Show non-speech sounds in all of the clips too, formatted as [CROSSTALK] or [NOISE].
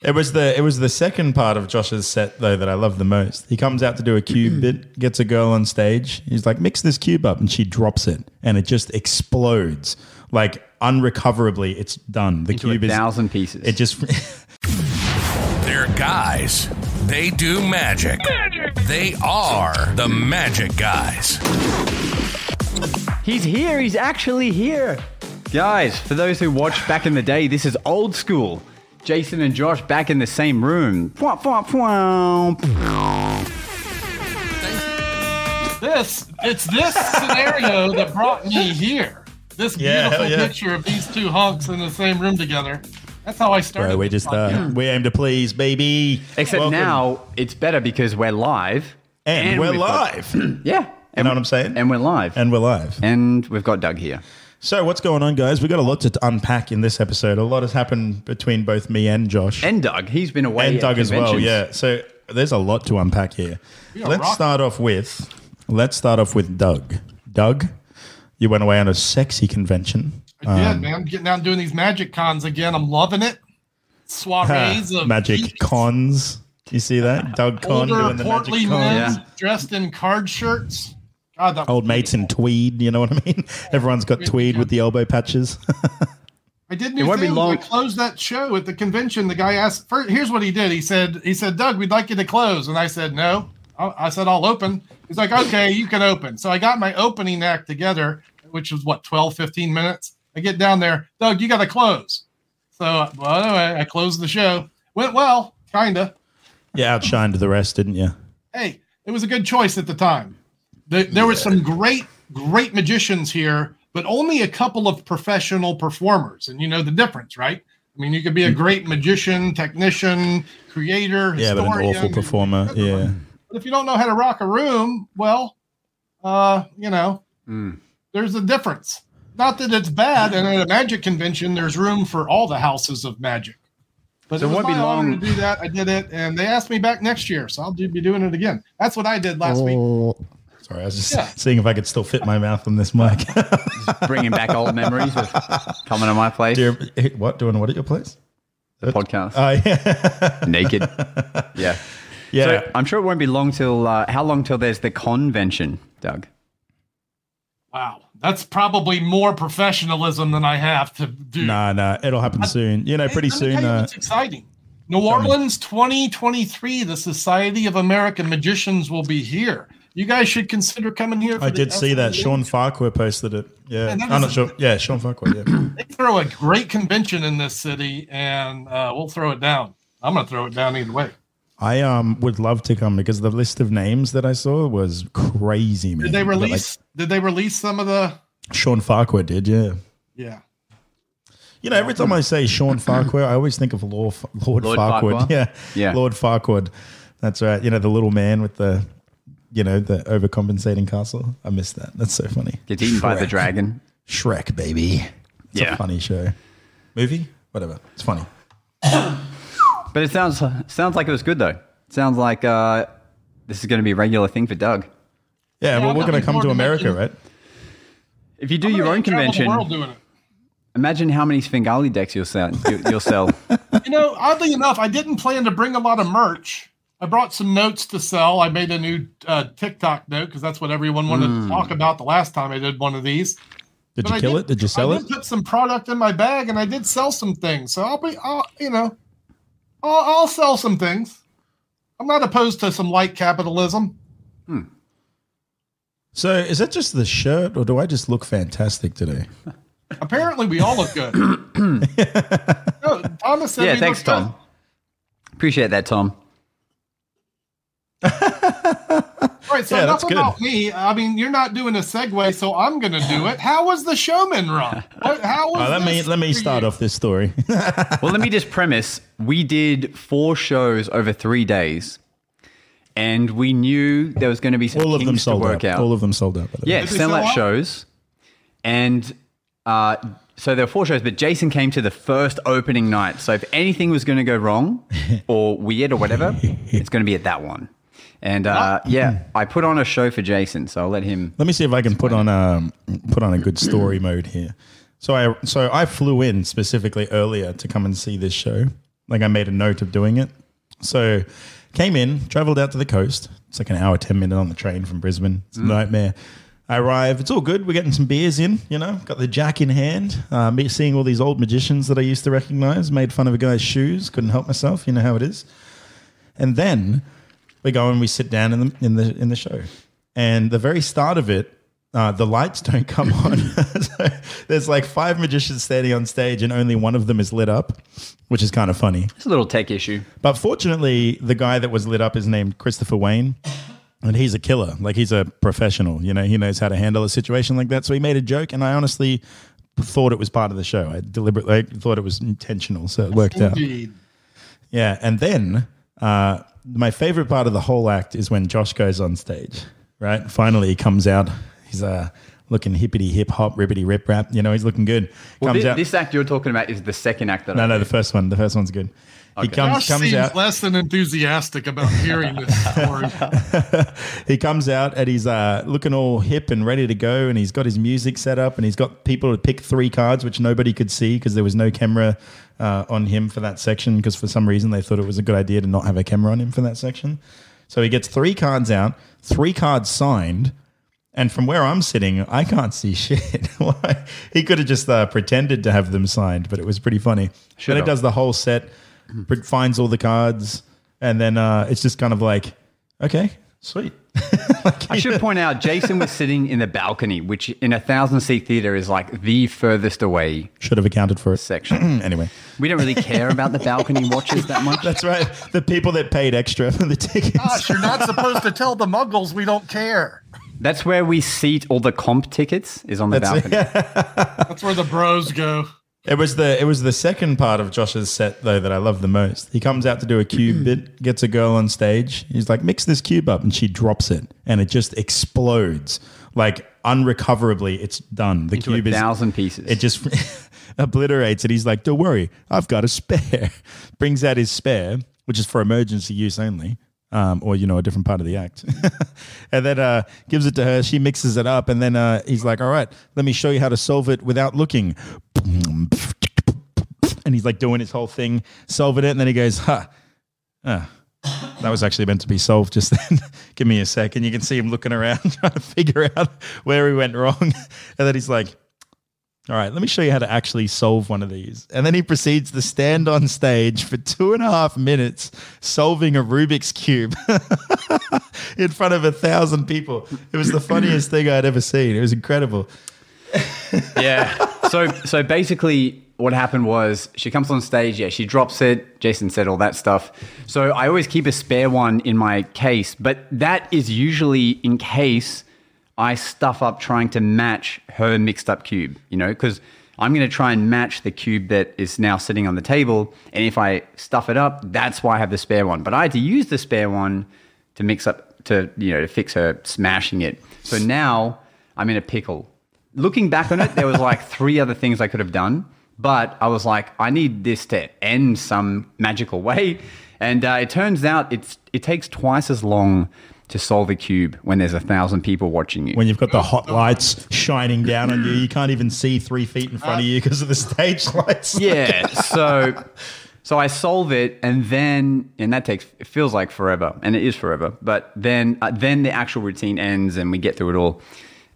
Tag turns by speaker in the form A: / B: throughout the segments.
A: It was the it was the second part of Josh's set though that I love the most. He comes out to do a cube bit, gets a girl on stage. He's like, "Mix this cube up," and she drops it, and it just explodes like unrecoverably. It's done. The
B: To a
A: cube is
B: thousand pieces.
A: it
B: [LAUGHS]
A: just
C: They're guys. They do magic. They are the magic guys.
D: He's here. He's actually here.
B: Guys, for those who watched back in the day, this is old school. Jason and Josh back in the same room. Fwah, fwah, fwah.
E: This it's this scenario that brought me here. This
A: Yeah,
E: beautiful
A: yeah.
E: picture of these two hunks in the same room together. That's how I
A: [LAUGHS]
E: started.
A: bro. We
E: this
A: just uh, we aim to please, baby.
B: Except
A: Welcome.
B: now it's better because we're live.
A: and, we're
B: we've got-
A: live.
B: [CLEARS THROAT]
A: you
B: yeah. And
A: know what I'm saying?
B: And we're live.
A: and we're live.
B: And we've got Doug here.
A: So what's going on, guys? We've got a lot to unpack in this episode. A lot has happened between both me and Josh.
B: And Doug. He's been away.
A: and
B: at
A: Doug as well.
B: conventions.
A: Yeah. So there's a lot to unpack here.
E: are
A: Let's
E: rocking.
A: start off with let's start off with Doug. Doug, you went away on a sexy convention.
E: I did, man. I'm getting out and doing these magic cons again. I'm loving it. Soirees of
A: Magic cons. You see
E: [LAUGHS]
A: that? Doug Con
E: older,
A: doing the magic
E: portly
A: con.
E: men
B: Yeah.
E: dressed in card shirts. God, that
A: Old mates in tweed, you know what I mean? [LAUGHS] Everyone's got tweed with the elbow patches. [LAUGHS]
E: I did new
B: won't be
E: things.
B: long-
E: I closed that show at the convention. The guy asked. First, here's what he did. He said, "He said, Doug, we'd like you to close." And I said, "No." I I said, "I'll open." He's like, "Okay, you can open." So I got my opening act together, which was what 12, 15 minutes. I get down there, Doug, you got to close. So, well, anyway, I closed the show. Went well, kinda.
A: you outshined the rest, didn't you?
E: Hey, it was a good choice at the time. The, there were some great, great magicians here, but only a couple of professional performers. And you know the difference, right? I mean, you could be a great magician, technician, creator,
A: Hmm. Yeah, but an
E: historian,
A: awful performer. Yeah.
E: But if you don't know how to rock a room, well, uh, you know,
B: Hmm.
E: there's a difference. Not that it's bad. And at a magic convention, there's room for all the houses of magic. But
B: So
E: it
B: it
E: was
B: won't be
E: my honor
B: long-
E: to do that. I did it, and they asked me back next year, so I'll do, be doing it again. That's what I did
A: Oh.
E: last week.
A: Sorry, I was just
E: Yeah.
A: seeing if I could still fit my mouth on this mic.
E: [LAUGHS]
B: Bringing back old
A: [LAUGHS]
B: memories of coming to my place.
A: Dear, what? Doing what at your place?
B: Podcast.
A: Oh, [LAUGHS] yeah. [LAUGHS]
B: Naked. yeah.
A: yeah.
B: So I'm sure it won't be long till, uh, how long till there's the convention, Doug?
E: Wow, that's probably more professionalism than I have to do.
A: Nah, nah, it'll happen soon. You know, pretty
E: Let me tell
A: soon.
E: you
A: Uh,
E: what's exciting. New Orleans 2023, the Society of American Magicians will be here. You guys should consider coming here. For
A: I
E: the
A: did see that.
E: SMU.
A: Sean Farquhar posted it. Yeah,
E: Man, that
A: I'm
E: is
A: not
E: a-
A: sure. Yeah, Sean Farquhar.
E: [CLEARS THROAT]
A: Yeah,
E: They throw a great convention in this city, and uh, we'll throw it down. I'm going to throw it down either way.
A: I um would love to come because the list of names that I saw was crazy. Man,
E: Did they
A: But, like,
E: release? did they release some of the?
A: Sean Farquhar did. Yeah.
E: Yeah.
A: You know, every time I say Sean Farquhar, I always think of Lord, Lord,
B: Lord
A: Farquhar. [LAUGHS]
B: Farquhar?
A: Yeah.
B: Yeah.
A: Lord Farquhar. That's right. You know, the little man with the, you know, the overcompensating castle. I miss that. That's so funny.
B: Gets eaten by the
A: Shrek.
B: dragon.
A: Shrek, baby. [LAUGHS] It's
B: Yeah.
A: a funny show. Movie? Whatever. It's funny.
B: But it sounds sounds like it was good though. Sounds like uh, this is going to be a regular thing for Doug.
A: Yeah, well,
E: I'm
A: we're
E: not
A: going to come to
E: looking forward
A: America,
E: to making-
A: right?
B: If you do your own
E: Travel the
B: convention,
E: world doing it.
B: imagine how many Svengali decks you'll sell. you- You'll
E: [LAUGHS]
B: sell.
E: You know, oddly enough, I didn't plan to bring a lot of merch. I brought some notes to sell. I made a new uh, TikTok note because that's what everyone wanted
A: Hmm.
E: to talk about the last time I did one of these.
A: Did
E: But
A: you
E: I
A: kill it? Did you sell
E: I
A: it?
E: Did put some product in my bag, and I did sell some things. So I'll be, I'll, you know, I'll, I'll sell some things. I'm not opposed to some light capitalism.
A: So is that just the shirt, or do I just look fantastic today?
E: Apparently, we all
A: [COUGHS]
E: look good. no, Thomas said
B: yeah,
E: we
B: thanks,
E: look good.
B: Tom. Appreciate that, Tom.
E: All right, so
A: Yeah,
E: enough
A: that's good.
E: about me. I mean, you're not doing a segue, so I'm going to do it. How was the showman run? What, how was
A: Oh, let me
E: this
A: let me
E: for
A: start
E: you?
A: off this story. [LAUGHS]
B: Well, let me just premise: we did four shows over three days, and we knew there was going to be some
A: All of
B: kinks
A: them sold
B: to work
A: out.
B: out.
A: All of them sold out. By the way.
B: Yeah,
E: Did they
B: sound
E: sell
B: like
E: out?
B: shows. And uh, so there were four shows, but Jason came to the first opening night. So if anything was going to go [LAUGHS] wrong or weird or whatever, it's going to be at that one. And uh, yeah, I put on a show for Jason, so I'll let him.
A: Let me see if I can put on um put on a good story mode here. So I so I flew in specifically earlier to come and see this show, Like I made a note of doing it. So came in, traveled out to the coast. It's like an hour, 10 minute on the train from Brisbane. It's a nightmare. I arrive. It's all good. We're getting some beers in, you know, got the jack in hand. Uh, me seeing all these old magicians that I used to recognize, made fun of a guy's shoes, couldn't help myself. You know how it is. And then we go and we sit down in the in the in the show, and the very start of it, uh, the lights [LAUGHS] don't come on. so there's like five magicians standing on stage, and only one of them is lit up, which is kind of funny.
B: It's a little tech issue.
A: But fortunately, the guy that was lit up is named Christopher Wayne. And he's a killer. Like he's a professional. You know, he knows how to handle a situation like that. So he made a joke, and I honestly thought it was part of the show. I deliberately I thought it was intentional, so it worked out.
E: Indeed.
A: Yeah, and then uh, my favorite part of the whole act is when Josh goes on stage. Right, finally he comes out. He's uh, looking hippity hip hop, rippity rip rap. You know, he's looking good.
B: Well,
A: comes
B: thi-
A: out.
B: this, act you're talking about is the second act that
A: no,
B: I
A: no, the first one. The first one's good. He comes
E: Josh
A: comes
E: seems
A: out.
E: less than enthusiastic about hearing
A: [LAUGHS]
E: this story.
A: he comes out and he's uh, looking all hip and ready to go, and he's got his music set up, and he's got people to pick three cards, which nobody could see because there was no camera uh, on him for that section. Because for some reason they thought it was a good idea to not have a camera on him for that section. So he gets three cards out, three cards signed, and from where I'm sitting, I can't see [LAUGHS] shit. Why? he could have just uh, pretended to have them signed, but it was pretty funny. Then it
B: have.
A: does the whole set, pr- finds all the cards, and then uh, it's just kind of like, okay, sweet. [LAUGHS] Like, [LAUGHS]
B: [LAUGHS] I should point out Jason was sitting in the balcony, which in a thousand seat theater is like the furthest away
A: should have accounted for it. Hmm,
B: section.
A: anyway,
B: We don't really care about the balcony watches that [LAUGHS] much.
A: that's right. The people that paid extra for the tickets.
B: Ah,
E: Gosh, you're not supposed to tell the Muggles we don't care.
B: That's where we seat all the comp tickets is on the
A: That's it.
B: balcony.
A: [LAUGHS]
E: That's where the bros go.
A: It was the it was the second part of Josh's set though that I love the most. He comes out to do a
B: Mm-hmm.
A: cube bit, gets a girl on stage. He's like, "Mix this cube up," and she drops it, and it just explodes like unrecoverably. It's done. The
B: To
A: cube
B: a
A: is
B: thousand pieces.
A: it just [LAUGHS] obliterates it. He's like, "Don't worry, I've got a spare." [LAUGHS] Brings out his spare, which is for emergency use only, um, or you know, a different part of the act. [LAUGHS] and then uh, gives it to her. She mixes it up, and then uh, he's like, "All right, let me show you how to solve it without looking." [LAUGHS] And he's like doing his whole thing, solving it, and then he goes, "Ha." ah, that was actually meant to be solved just [LAUGHS] then. Give me a second. You can see him looking around [LAUGHS] trying to figure out where he went wrong. [LAUGHS] And then he's like, all right, let me show you how to actually solve one of these. And then he proceeds to stand on stage for two and a half minutes solving a Rubik's Cube [LAUGHS] in front of a thousand people. It was the funniest thing I'd ever seen. It was incredible.
B: yeah. So so basically what happened was she comes on stage, yeah, she drops it. Jason said all that stuff. So I always keep a spare one in my case, but that is usually in case I stuff up trying to match her mixed up cube, you know, because I'm going to try and match the cube that is now sitting on the table. And if I stuff it up, that's why I have the spare one. But I had to use the spare one to mix up, to, you know, to fix her smashing it. So now I'm in a pickle looking back on it, there was like three other things I could have done, but I was like, I need this to end some magical way. And uh, it turns out it's it takes twice as long to solve a cube when there's a thousand people watching you.
A: When you've got the hot lights shining down on you, you can't even see three feet in front of you because of the stage [LAUGHS] lights.
B: yeah,
E: [LAUGHS]
B: so so I solve it, and then and that takes it feels like forever, and it is forever. But then uh, then the actual routine ends, and we get through it all.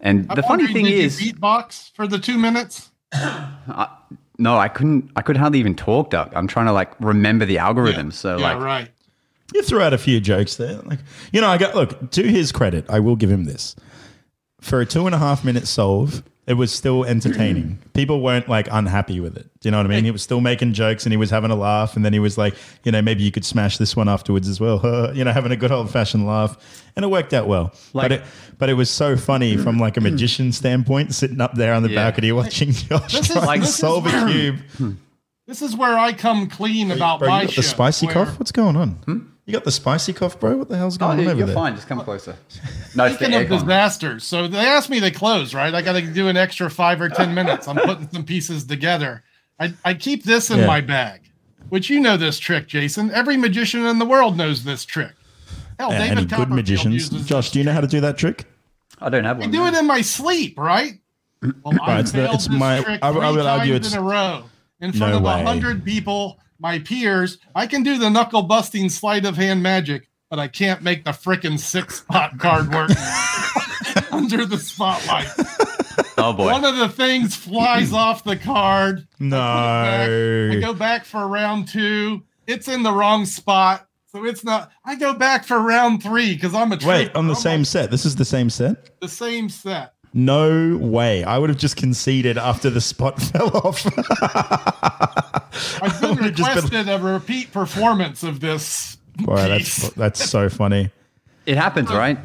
B: And the funny
E: wondering,
B: thing
E: did
B: is,
E: you beatbox for the two minutes.
B: no, I couldn't. I could hardly even talk, Doug. I'm trying to like remember the algorithm. so
E: yeah,
B: like,
E: right.
A: You threw out a few jokes there. Like, you know, I got look to his credit, I will give him this. For a two and a half minute solve, it was still
E: [CLEARS THROAT]
A: entertaining. People weren't like unhappy with it. Do you know what I mean? He was still making jokes and he was having a laugh, and then he was like, you know, maybe you could smash this one afterwards as well. [LAUGHS] you know, having a good old fashioned laugh, and it worked out well. but it, but it was so funny from like a magician standpoint, sitting up there on the
B: Yeah.
A: balcony watching [LAUGHS] Josh
E: This is-
A: try and
E: this is
A: solve a
E: [CLEARS THROAT] where-
A: cube.
E: This is where I come clean about
A: Bro,
E: my
A: you got the
E: shit,
A: spicy
E: where
A: cough? What's going on? You got the spicy cough, bro? What the hell's
B: Hmm? Oh,
A: going on
B: dude,
A: over
B: you're
A: there?
B: fine. Just come closer. No, it's the
E: Speaking of
B: aircon.
E: disasters, so they asked me to close, right? I got to do an extra five or ten minutes. I'm putting some pieces together. I, I keep this in
A: Yeah.
E: my bag, which you know this trick, Jason. Every magician in the world knows this trick. Hell,
A: Yeah,
E: David
A: any good
E: Copperfield
A: magicians.
E: uses-
A: Josh, do you know how to do that trick?
B: I don't have
E: I
B: one.
E: do
B: no.
E: it in my sleep, right? Well, I
A: it's the-
E: failed
A: it's
E: this
A: my-
E: trick
A: I- I
E: three
A: would argue
E: times
A: it's-
E: in a row in front
A: No
E: of
A: way.
E: a hundred people. my peers. I can do the knuckle busting sleight of hand magic, but I can't make the frickin' six spot
A: [LAUGHS]
E: card work [LAUGHS] under the spotlight.
B: Oh boy.
E: One of the things flies off the card. back. I
A: No.
E: go back for round two. It's in the wrong spot. So it's not. I go back for round three because I'm a
A: Wait,
E: traitor.
A: on the
E: I'm
A: same set. This is the same set?
E: the same set.
A: No way. I would have just conceded after the spot [LAUGHS] fell off. [LAUGHS]
E: I've been
A: would've just been-
E: requested a repeat performance of this.
A: Boy,
E: piece.
A: that's that's so funny.
B: It happens, right?
E: It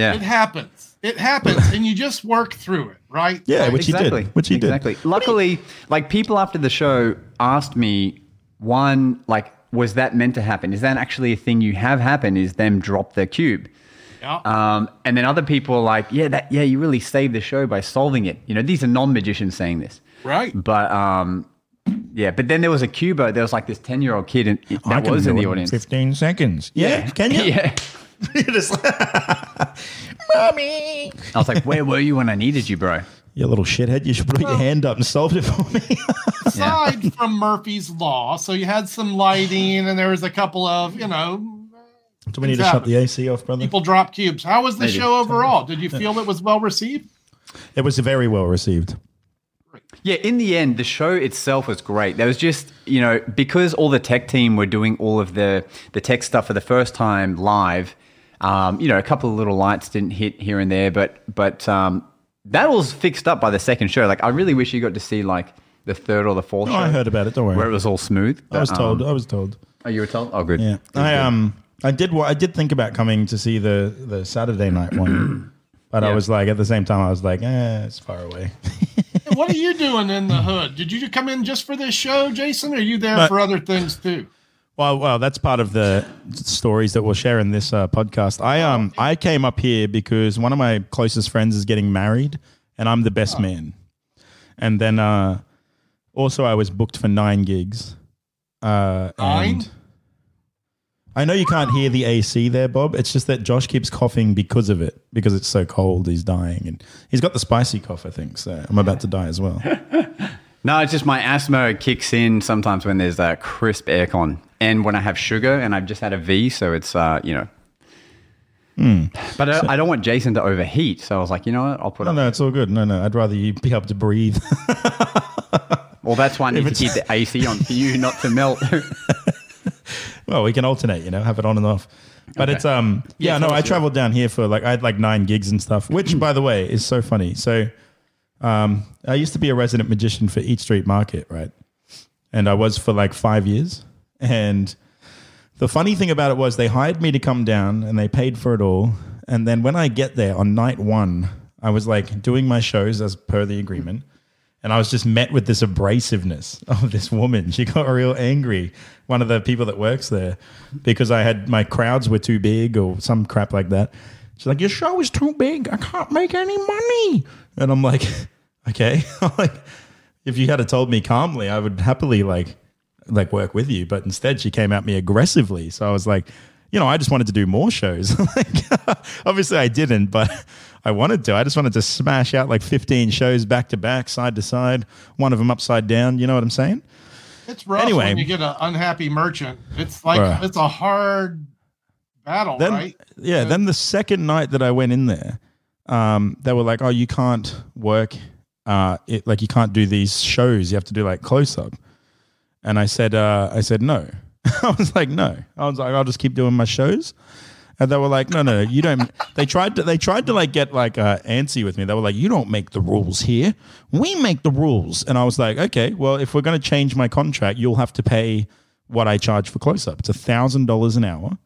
B: Yeah.
E: happens. It happens, and you just work through it, right?
A: Yeah,
E: Like,
A: which he did. Which he
B: exactly. Luckily, like people after the show asked me, one, like, was that meant to happen? Is that actually a thing you have happen? Is them drop their cube?
E: yeah.
B: Um, and then other people are like, yeah, that yeah, you really saved the show by solving it. You know, these are non-magicians saying this,
E: Right.
B: But um, yeah, but then there was a Cuba. There was like this ten-year-old kid in,
A: did. I
B: that
A: can
B: was
A: do
B: in
A: it
B: the audience.
A: Fifteen seconds. Yeah, can you?
B: [LAUGHS] yeah.
A: You're [LAUGHS] just like, Mommy.
B: I was like, where were you when I needed you, bro?
A: You little shithead. You should put your hand up and solve it for me. [LAUGHS]
E: aside from Murphy's Law, so you had some lighting, and there was a couple of you know
A: Do we need to shut the AC off, brother?
E: people drop cubes. How was the
B: Maybe.
E: show overall? Did you feel it was well received?
A: It was very well received.
B: Yeah, in the end, the show itself was great. There was just, you know, because all the tech team were doing all of the the tech stuff for the first time live. Um, you know, a couple of little lights didn't hit here and there, but but um, that was fixed up by the second show. Like, I really wish you got to see like the third or the fourth.
A: Oh,
B: show
A: I heard about it. Don't worry.
B: where it was all smooth.
A: I was
B: Um,
A: told. I was told.
B: oh, you were told. Oh, good.
A: Yeah, I um, I did. wa- I did think about coming to see the the Saturday night one, but I
B: Yeah.
A: was like, at the same time, I was like, eh, it's far away.
E: what are you doing in the hood? Did you come in just for this show, Jason? Or are you there
A: No.
E: for other things too?
A: Well, well, that's part of the stories that we'll share in this uh, podcast. I um, I came up here because one of my closest friends is getting married, and I'm the best man. And then uh, also, I was booked for nine gigs. Uh,
E: Nine?
A: and- I know you can't hear the AC there, Bob. It's just that Josh keeps coughing because of it, because it's so cold. He's dying, and he's got the spicy cough. I think so. I'm about to die as well.
B: No, it's just my asthma kicks in sometimes when there's uh, crisp aircon, and when I have sugar, and I've just had a V, so it's uh, you know.
A: Hmm.
B: But uh, I, I don't want Jason to overheat, so I was like, you know what, I'll put
A: No, [LAUGHS]
B: up.
A: no, it's all good. No, no, I'd rather you be able to breathe. [LAUGHS]
B: Well, that's why I need to
A: it's-
B: keep the AC on for you not to melt.
A: [LAUGHS] Well, we can alternate, you know, have it on and off. But it's um yeah,
B: Yeah,
A: no,
B: tell
A: I
B: us, yeah.
A: traveled down here for like I had like nine gigs and
B: [CLEARS THROAT]
A: stuff, which by the way is so funny. So um I used to be a resident magician for Eat Street Market, right? And I was for like five years. And the funny thing about it was they hired me to come down and they paid for it all. And then when I get there on night one, I was like doing my shows as per the agreement. And I was just met with this abrasiveness [LAUGHS] of this woman. She got real angry, one of the people that works there, because I had my crowds were too big or some crap like that. She's like, Your show is too big. I can't make any money. And I'm like, [LAUGHS] Okay. I'm like, if you had have told me calmly, I would happily like like work with you. But instead, she came at me aggressively. So I was like, you know, I just wanted to do more shows. [LAUGHS] like, obviously, I didn't, but [LAUGHS] I wanted to. I just wanted to smash out like 15 shows back to back, side to side, one of them upside down. You know what I'm saying?
E: It's rough
A: Anyway.
E: when you get an unhappy merchant. It's like
A: Bruh.
E: it's a hard battle,
A: Then,
E: right?
A: yeah. Then the second night that I went in there, um, they were like, "Oh, you can't work. Uh, it, like you can't do these shows. You have to do like close up." And I said, uh, "I said no." [LAUGHS] I was like, "No." I was like, "I'll just keep doing my shows." And they were like, "No, no, you don't." [LAUGHS] They tried to. They tried to like get like uh, antsy with me. They were like, "You don't make the rules here. We make the rules." And I was like, "Okay, well, if we're going to change my contract, you'll have to pay what I charge for close up. It's a thousand dollars an hour."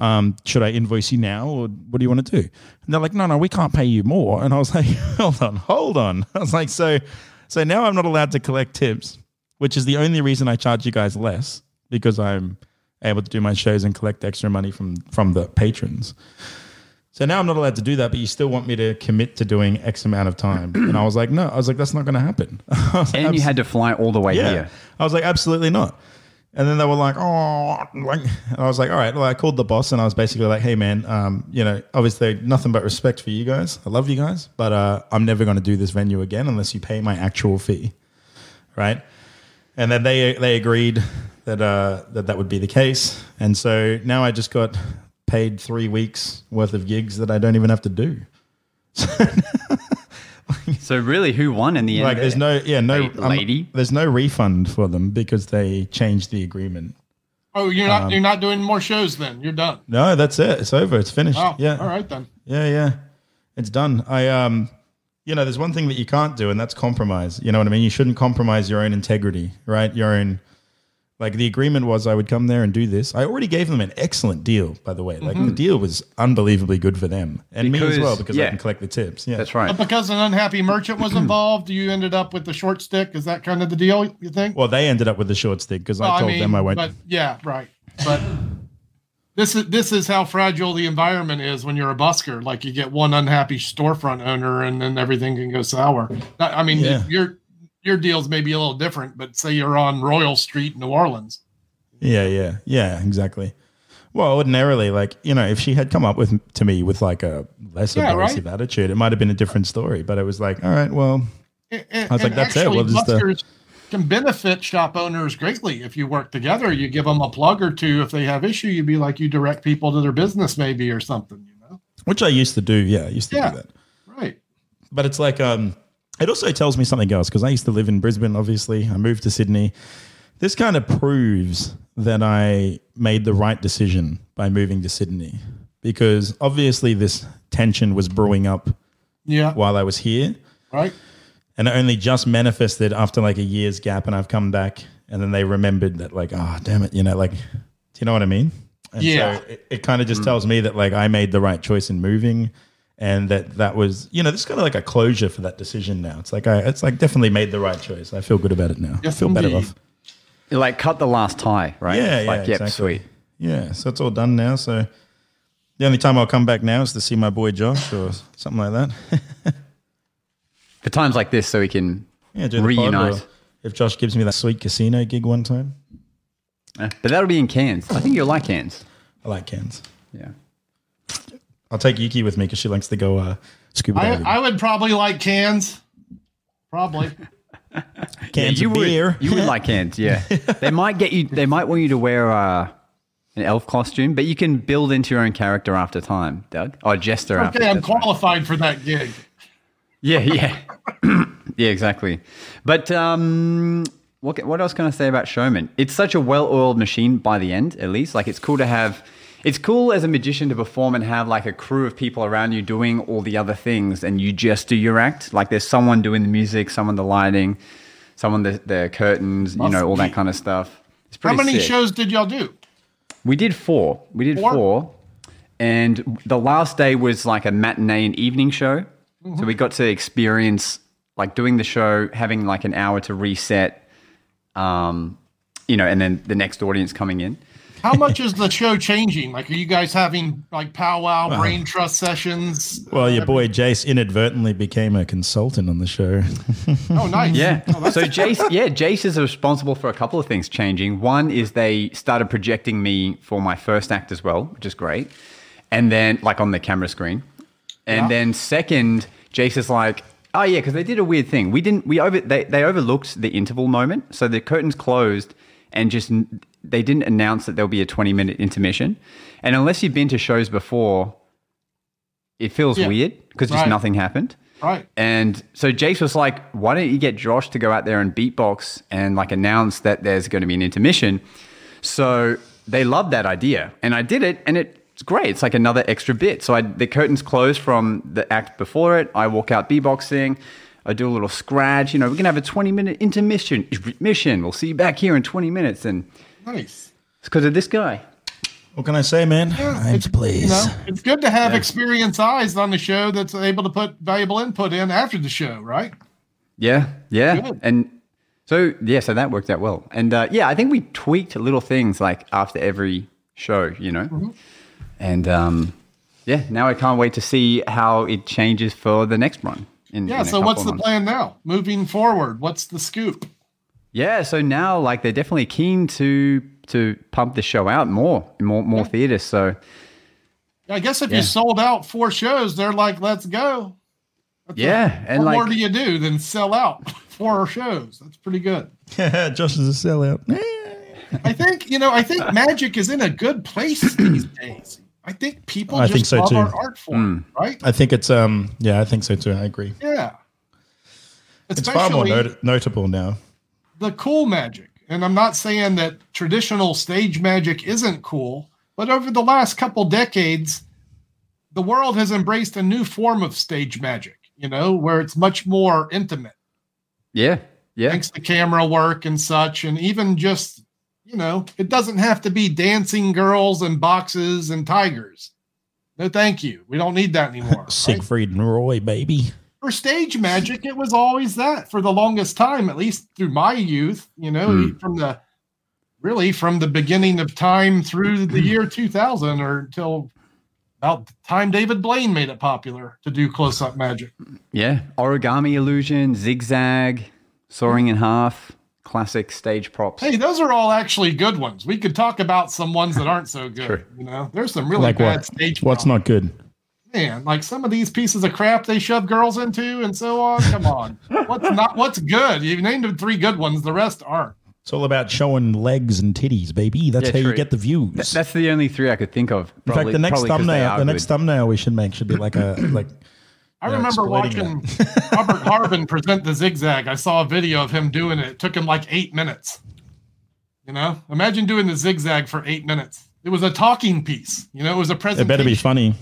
A: um, should I invoice you now or what do you want to do? And they're like, no, no, we can't pay you more. And I was like, [LAUGHS] hold on, hold on. I was like, so, so now I'm not allowed to collect tips, which is the only reason I charge you guys less because I'm able to do my shows and collect extra money from from the patrons. So now I'm not allowed to do that, but you still want me to commit to doing X amount of time. And I was like, no, I was like, that's not going to happen. [LAUGHS] I was like,
B: and you
A: "Abs-
B: had to fly all the way
A: yeah.
B: here.
A: I was like, absolutely not. And then they were like, oh, like, and I was like, all right. Well, I called the boss and I was basically like, hey, man, um, you know, obviously nothing but respect for you guys. I love you guys, but uh, I'm never going to do this venue again unless you pay my actual fee. Right. And then they, they agreed that uh, that that would be the case. And so now I just got paid three weeks worth of gigs that I don't even have to do.
B: So really, who won in the end?
A: Like there's no yeah no
B: Lady-
A: I'm-
B: lady?
A: there's no refund for them because they changed the agreement.
E: Oh, you're
A: Um,
E: not you're not doing more shows then. You're done.
A: No, that's it. It's over. It's finished.
E: Oh,
A: yeah.
E: All right then.
A: Yeah, yeah. It's done. I um you know, there's one thing that you can't do and that's compromise. You know what I mean? You shouldn't compromise your own integrity, right? Your own like the agreement was I would come there and do this. I already gave them an excellent deal, by the way. Like the deal was unbelievably good for them and me as
B: Because-
A: well because I
B: yeah.
A: can collect the tips. Yeah.
B: That's right.
E: But because an unhappy merchant
A: [CLEARS THROAT]
E: was involved, you ended up with the short stick. Is that kind of the deal? You think?
A: Well, they ended up with the short stick because I told them I won't.
E: But yeah, right. But this is this is how fragile the environment is when you're a busker. Like you get one unhappy storefront owner, and then everything can go sour. I I mean,
A: Yeah.
E: your your deals may be a little different, but say you're on Royal Street, New Orleans.
A: Yeah, yeah, yeah, exactly. Well, ordinarily, like you know, if she had come up with to me with like a less
E: Yeah,
A: aggressive attitude, it might have been a different story. But it was like, all right, well,
E: I
A: was like, that's it. We'll just, uh,
E: can benefit shop owners greatly if you work together. You give them a plug or two if they have issue. You'd be like, you direct people to their business maybe or something. You know,
A: Which I used to do. Yeah, I used to
E: Yeah.
A: do that.
E: right?
A: But it's like, um, it also tells me something else because I used to live in Brisbane, obviously. I moved to Sydney. This kind of proves that I made the right decision by moving to Sydney because obviously this tension was brewing up
E: Yeah,
A: while I was here.
E: right.
A: and it only just manifested after like a year's gap and i've come back and then they remembered that like oh damn it you know like do you know what i mean and
E: Yeah.
A: so it, it kind of just tells me that like i made the right choice in moving and that that was you know this is kind of like a closure for that decision now it's like i it's like definitely made the right choice i feel good about it now
E: Yes,
A: i feel better
E: indeed.
A: off
B: Like cut the last tie, right?
A: Yeah,
B: It's
A: yeah,
B: Like yep,
A: exactly.
B: sweet.
A: yeah so it's all done now so the only time i'll come back now is to see my boy josh or something like that [LAUGHS]
B: For times like this, so we can.
A: yeah do the pod or
B: Reunite.
A: if josh gives me that sweet casino gig one time
B: eh, But that'll be in Cairns. I think you'll like Cairns.
A: i like cans
B: Yeah.
A: I'll take Yuki with me because she likes to go uh, scuba
E: I,
A: diving.
E: I would probably like cans. Probably.
A: Cans
B: you
A: of
B: would.
A: beer. [LAUGHS]
B: You would like Cairns. Yeah. they might get you. They might want you to wear uh, an elf costume, but you can build into your own character after time, Doug. Or jester after.
E: Okay, I'm
B: that's right.
E: qualified for that gig.
B: Yeah, yeah, yeah, [CLEARS THROAT] exactly. But um, what ca- what else can I say about Showman? It's such a well-oiled machine by the end, at least. Like it's cool to have. It's cool as a magician to perform and have like a crew of people around you doing all the other things, and you just do your act. Like there's someone doing the music, someone the lighting, someone the, the curtains, you know, all that kind of stuff. It's
E: How
B: pretty.
E: many
B: sick.
E: shows did y'all do?
B: We did four. We did
E: Four?
B: four. And the last day was like a matinee and evening show. So we got to experience like doing the show, having like an hour to reset, um, you know, and then the next audience coming in.
E: How much is the show changing? Like, are you guys having like powwow brain trust sessions?
A: well, your boy Jace inadvertently became a consultant on the show. [LAUGHS]
E: Oh, nice.
B: Yeah. so Jace, yeah, Jace is responsible for a couple of things changing. One is they started projecting me for my first act as well, which is great. And then, like on the camera screen. And then second, Jace is like, oh yeah, because they did a weird thing. We didn't. We over they they overlooked the interval moment, so the curtains closed and just n- they didn't announce that there'll be a twenty minute intermission. And unless you've been to shows before, it feels
E: Yeah.
B: weird because just
E: Right.
B: nothing happened.
E: Right.
B: And so Jace was like, why don't you get Josh to go out there and beatbox and like announce that there's going to be an intermission? So they loved that idea. And I did it and it's great. It's like another extra bit. So I, the curtains close from the act before it. I walk out beatboxing. I do a little scratch. You know, we're going to have a 20 minute intermission. Mission. We'll see you back here in 20 minutes. And
E: Nice.
B: it's because of this guy.
A: What can I say, man? I'm pleased.
E: You know, it's good to have experienced eyes on the show that's able to put valuable input in after the show, right?
B: Yeah, yeah,
E: Good.
B: and so yeah, so that worked out well, and uh, yeah, I think we tweaked little things like after every show, you know,
E: Mm-hmm.
B: and um, yeah, now I can't wait to see how it changes for the next one. In,
E: Yeah.
B: in a
E: So,
B: couple
E: what's the
B: months.
E: plan now? Moving forward, what's the scoop?
B: Yeah, so now like they're definitely keen to to pump the show out more, more, more theaters. So
E: I guess if
B: Yeah.
E: you sold out four shows, they're like, let's go.
B: yeah, and
E: what
B: like
E: more do you [LAUGHS]
A: [LAUGHS]
E: do than sell out four shows? That's pretty good.
A: Josh is a sellout.
E: I think you know.
B: [LAUGHS]
E: I think magic is in a good place these days. I think people
A: I
E: just
A: think so
E: love
A: too.
E: our art form,
B: Hmm.
E: right?
A: I think it's um yeah, I think so too. I agree.
E: Yeah.
A: It's far more
E: Especially-
A: not- notable now.
E: the cool magic. And I'm not saying that traditional stage magic isn't cool, but over the last couple decades, the world has embraced a new form of stage magic, you know, where it's much more intimate,
B: Yeah. Yeah.
E: thanks to camera work and such. And even just, you know, it doesn't have to be dancing girls and boxes and tigers. No, thank you. We don't need that anymore. right?
A: Siegfried and Roy, baby.
B: Oh
E: for stage magic, it was always that for the longest time, at least through my youth, you know,
A: Hmm.
E: from the really from the beginning of time
A: Hmm.
E: through the year 2000 or until about the time David Blaine made it popular to do close up magic.
B: Yeah. Origami illusion, zigzag,
E: Mm-hmm.
B: soaring in half, classic stage props.
E: Hey, those are all actually good ones. We could talk about some ones that aren't so good. You know, there's some really
A: Like
E: bad
A: what?
E: stage
A: What's
E: props.
A: not good?
E: man, like some of these pieces of crap they shove girls into and so on. Come
A: [LAUGHS]
E: on. what's not what's good? You named three good ones, the rest aren't.
A: It's all about showing legs and titties, baby. That's
B: Yeah,
A: how
B: true.
A: you get the views.
B: That's the only three I could think of.
A: In fact, the next thumbnail, the next thumbnail we should make should be like a like.
E: I
A: Yeah,
E: remember
A: exploiting
E: watching [LAUGHS]
A: [LAUGHS]
E: Robert Harbin present the zigzag. I saw a video of him doing it. It took him like eight minutes. You know, imagine doing the zigzag for eight minutes. It was a talking piece. You know, it was a
A: It
E: presentation.
A: better be funny.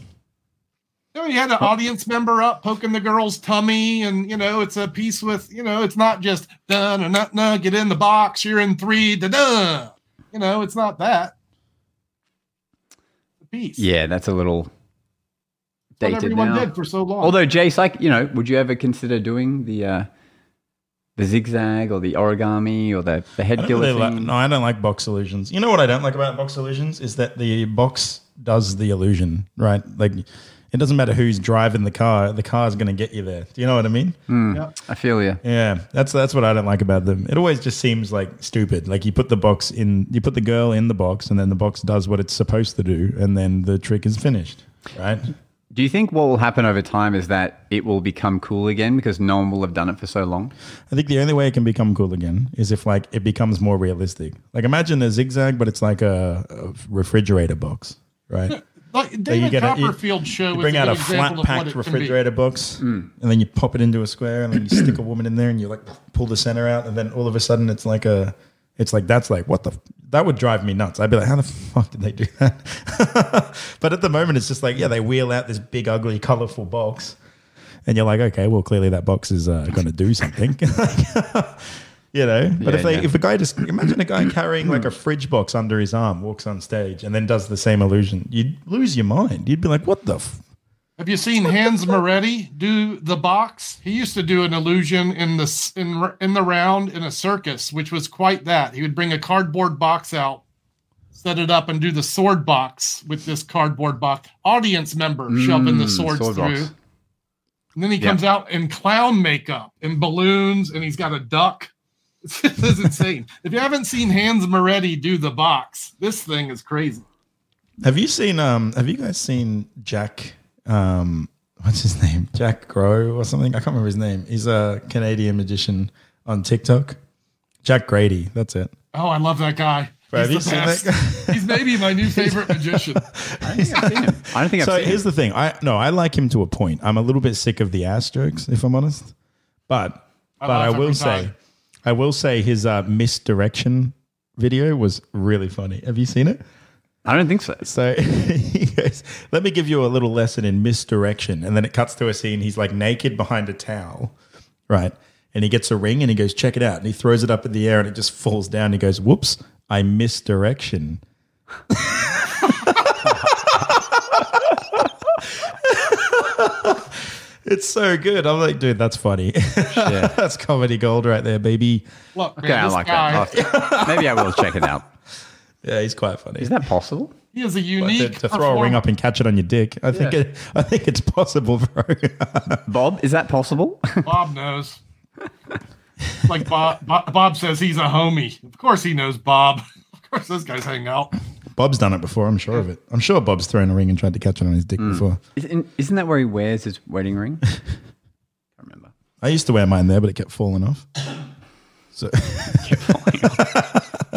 E: You, know, you had an audience member up poking the girl's tummy, and you know, it's a piece with you know, it's not just da na na na get in the box. You're in three da da. You know, it's not that. It's a piece.
B: yeah, that's a little
E: That's what
B: dated
E: everyone
B: now.
E: did for so long.
B: Although, Jace, like you know, would you ever consider doing the uh, the zigzag or the origami or the, the
A: I
B: head
A: don't really
B: guillotine?
A: like, no, I don't like box illusions. You know what I don't like about box illusions is that the box does the illusion, right? Like, it doesn't matter who's driving the car; the car's going to get you there. Do you know what I mean?
B: I feel you.
A: Yeah, that's that's what I don't like about them. It always just seems like stupid. Like you put the box in, you put the girl in the box, and then the box does what it's supposed to do, and then the trick is finished, right?
B: Do you think what will happen over time is that it will become cool again because no one will have done it for so long?
A: I think the only way it can become cool again is if like it becomes more realistic. Like imagine a zigzag, but it's like a, a refrigerator box, right?
E: like David
A: you get a- you-
E: Copperfield show
A: You
E: is
A: bring
E: a
A: out
E: good
A: a
E: example of what
A: flat-packed
E: it can be.
A: refrigerator box,
B: Mm.
A: and then you pop it into a square, and then you stick a woman in there, and you like pull the center out, and then all of a sudden it's like a, it's like that's like what the f- that would drive me nuts. I'd be like, how the fuck did they do that? [LAUGHS] but at the moment, it's just like yeah, they wheel out this big, ugly, colorful box, and you're like, okay, well, clearly that box is uh, going to do something. [LAUGHS] You know, but
B: Yeah,
A: if they,
B: yeah.
A: if a guy just imagine a guy carrying like a fridge box under his arm walks on stage and then does the same illusion, you'd lose your mind. You'd be like, "What the f-
E: Have you seen Hans Moretti do the box? He used to do an illusion in the s- in r- in the round in a circus, which was quite that. He would bring a cardboard box out, set it up, and do the sword box with this cardboard box. Audience member shoving the
B: Mm,
E: swords
B: sword
E: through,
B: box.
E: and then he comes out in clown makeup and balloons, and he's got a duck. [LAUGHS] this is insane. if you haven't seen Hans Moretti do the box, this thing is crazy.
A: Have you seen um have you guys seen Jack um what's his name? Jack Grow or something? I can't remember his name. He's a Canadian magician on TikTok. Jack Grady, that's it.
E: Oh, I love that guy.
A: Bro,
E: He's the
A: have you seen
E: best. He's maybe
A: [LAUGHS]
E: my new favorite magician.
B: I don't think I've
A: So
B: seen it.
A: here's the thing. I no, I like him to a point. I'm a little bit sick of the ass jokes, if I'm honest. But but I
E: laugh
A: will
E: every
A: say
E: time.
A: I will say his uh, misdirection video was really funny. Have you seen it?
B: I don't think so.
A: [LAUGHS] So he goes, let me give you a little lesson in misdirection. And then it cuts to a scene. He's like naked behind a towel, right? And he gets a ring and he goes, check it out. And he throws it up in the air and it just falls down. He goes, whoops, I misdirection. [LAUGHS] it's so good. I'm like, dude, that's funny. [LAUGHS] that's comedy gold right there, baby.
E: Look, man,
B: Okay, I
E: this
B: like
E: guy,
B: that. I'll have to- Maybe I will check it out.
A: Yeah, he's quite funny.
B: Is that possible?
E: He is a
A: But to,
E: unique.
A: to throw a ring up and catch it on your dick, I think
B: Yeah.
A: it, I think it's possible, bro. [LAUGHS]
B: Bob, is that possible? [LAUGHS]
E: performer. Bob knows. Like Bob, Bob, Bob says, he's a homie. Of course, he knows Bob. [LAUGHS] Of course, those guys hang out.
A: Bob's done it before. I'm sure of it. I'm sure Bob's thrown a ring and tried to catch it on his dick
B: Hmm.
A: before.
B: Isn't, isn't that where he wears his
A: [LAUGHS]
B: wedding ring? I can't remember.
A: I used to wear mine
B: [LAUGHS]
A: there, but it kept falling off. So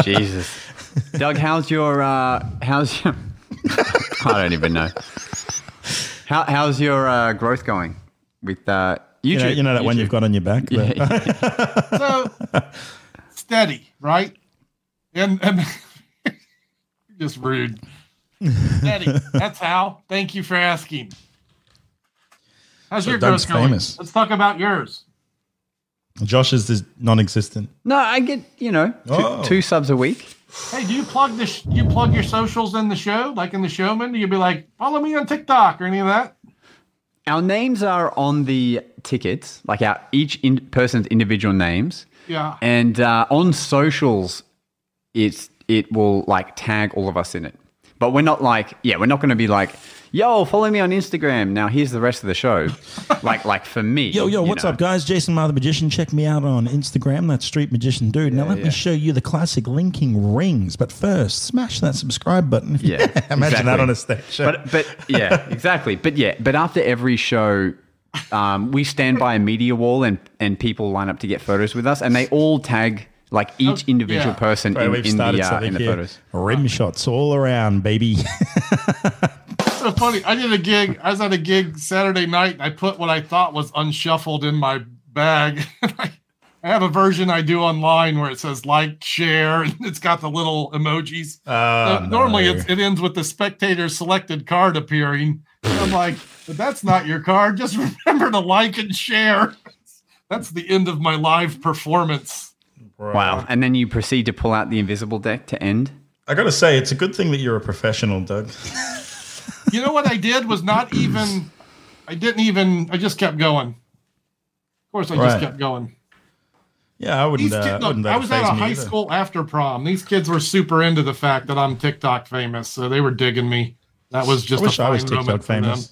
B: Jesus. [LAUGHS] Doug, how's your uh, how's your? [LAUGHS] I don't even know. How, how's your uh, growth going with uh, YouTube?
A: You know, you know that one you've got on your back. that- [LAUGHS]
E: so steady, right? And, and [LAUGHS] just rude. Steady. That's how. Thank you for asking. How's your
A: Doug's
E: growth going?
A: famous.
E: Let's talk about yours.
A: [LAUGHS] Josh is this non-existent.
B: No, I get you know two
A: Oh.
B: two subs a week.
E: Hey, do you plug the sh- do you plug your socials in the show, like in the showman? Do you be like, follow me on TikTok or any of that?
B: Our names are on the tickets, like our each in, person's individual names,
E: Yeah.
B: and uh, on socials, it's it will like tag all of us in it. But we're not like yeah, we're not going to be like yo, follow me on Instagram. Now here's the rest of the
E: [LAUGHS]
B: show. like like for me,
A: Yo, yo,
B: you
A: what's
B: know.
A: up, guys? Jason Ma, the magician. Check me out on Instagram. That's Street Magician Dude. now, let me show you the classic linking rings. But first, smash that subscribe button.
B: Yeah,
A: [LAUGHS] Imagine that
B: exactly.
A: on a stage. show.
B: But
A: [LAUGHS]
B: but yeah, exactly. But yeah, but after every show, um, we stand by a media wall and and people line up to get photos with us, and they all tag like each individual
E: Oh, yeah.
B: person
A: Right,
B: in, in the uh, in the
A: here.
B: photos.
A: Rim shots all around, baby. [LAUGHS]
E: so funny. I did a gig. I was at a gig Saturday night. And I put what I thought was unshuffled in my bag. [LAUGHS] I have a version I do online where it says like, share, [LAUGHS] and it's got the little emojis.
A: Oh,
E: So Normally,
A: no.
E: it's, it ends with the spectator selected card appearing. And I'm like, but that's not your card. Just [LAUGHS] remember to like and share. [LAUGHS] That's the end of my live performance.
B: Wow! And then you proceed to pull out the invisible deck to end.
A: I gotta say, it's a good thing that you're a professional, Doug. [LAUGHS]
E: You know what I did was not even. I didn't even. I just kept going. Of course, I just
A: Right.
E: kept going.
A: Yeah, I wouldn't.
E: These
A: Uh,
E: kids,
A: wouldn't
E: look,
A: let
E: I
A: it
E: was at a
A: faze me
E: high
A: either.
E: school after prom. These kids were super into the fact that I'm TikTok famous, so they were digging me. That was
A: I
E: just
A: wish
E: a
A: I
E: fine
A: was
E: moment
A: TikTok
E: for them.
A: famous.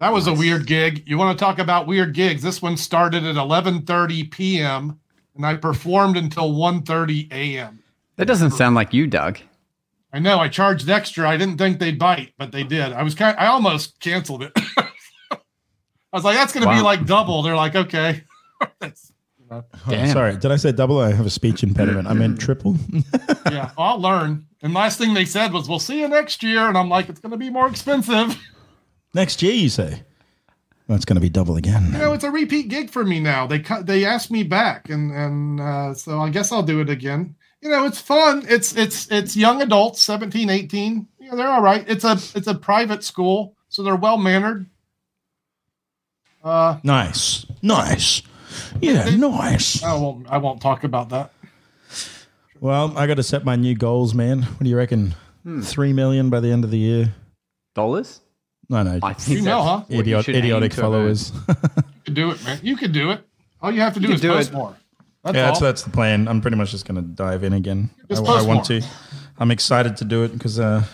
E: That was a weird gig. You want to talk about weird gigs? This one started at 11:30 p.m. and I performed until 1:30 a.m.
B: That doesn't sound like you, Doug.
E: I know I charged extra. I didn't think they'd bite, but they did. I was kind. I almost canceled it. [LAUGHS] I was like, "That's going to be
B: Wow.
E: like double." They're like, "Okay." That's-
B: Damn.
A: Sorry, did I say double? I have a speech impediment. I
B: [LAUGHS]
A: meant triple.
E: yeah, I'll learn. And last thing they said was, "We'll see you next year." And I'm like, "It's going to be more expensive." [LAUGHS]
A: Next year, you say? That's going to be double again.
E: You know, it's a repeat gig for me now. They cut. They asked me back, and and uh, so I guess I'll do it again. You know, it's fun. It's it's it's young adults, 17, 18. You know, they're all right. It's a it's a private school, so they're well mannered. Uh,
A: Nice, nice. Yeah, nice.
E: I won't I won't talk about that.
A: Well, I got to set my new goals, man. What do you reckon?
B: Hmm.
A: Three million by the end of the year.
B: Dollars?
A: No, no,
B: I think
E: You know,
B: that's
E: huh?
B: what you
A: idiot,
B: should aim
A: idiotic
B: to
A: followers.
E: You can do it, man. You can do it. All you have to do
B: can
E: is
B: do
E: post
B: it.
E: more.
A: [LAUGHS]
E: That's
A: yeah,
E: all.
A: that's that's the plan. I'm pretty much just going to dive in again. I,
E: Just
A: I
E: post
A: want
E: more.
A: to. I'm excited to do it because uh,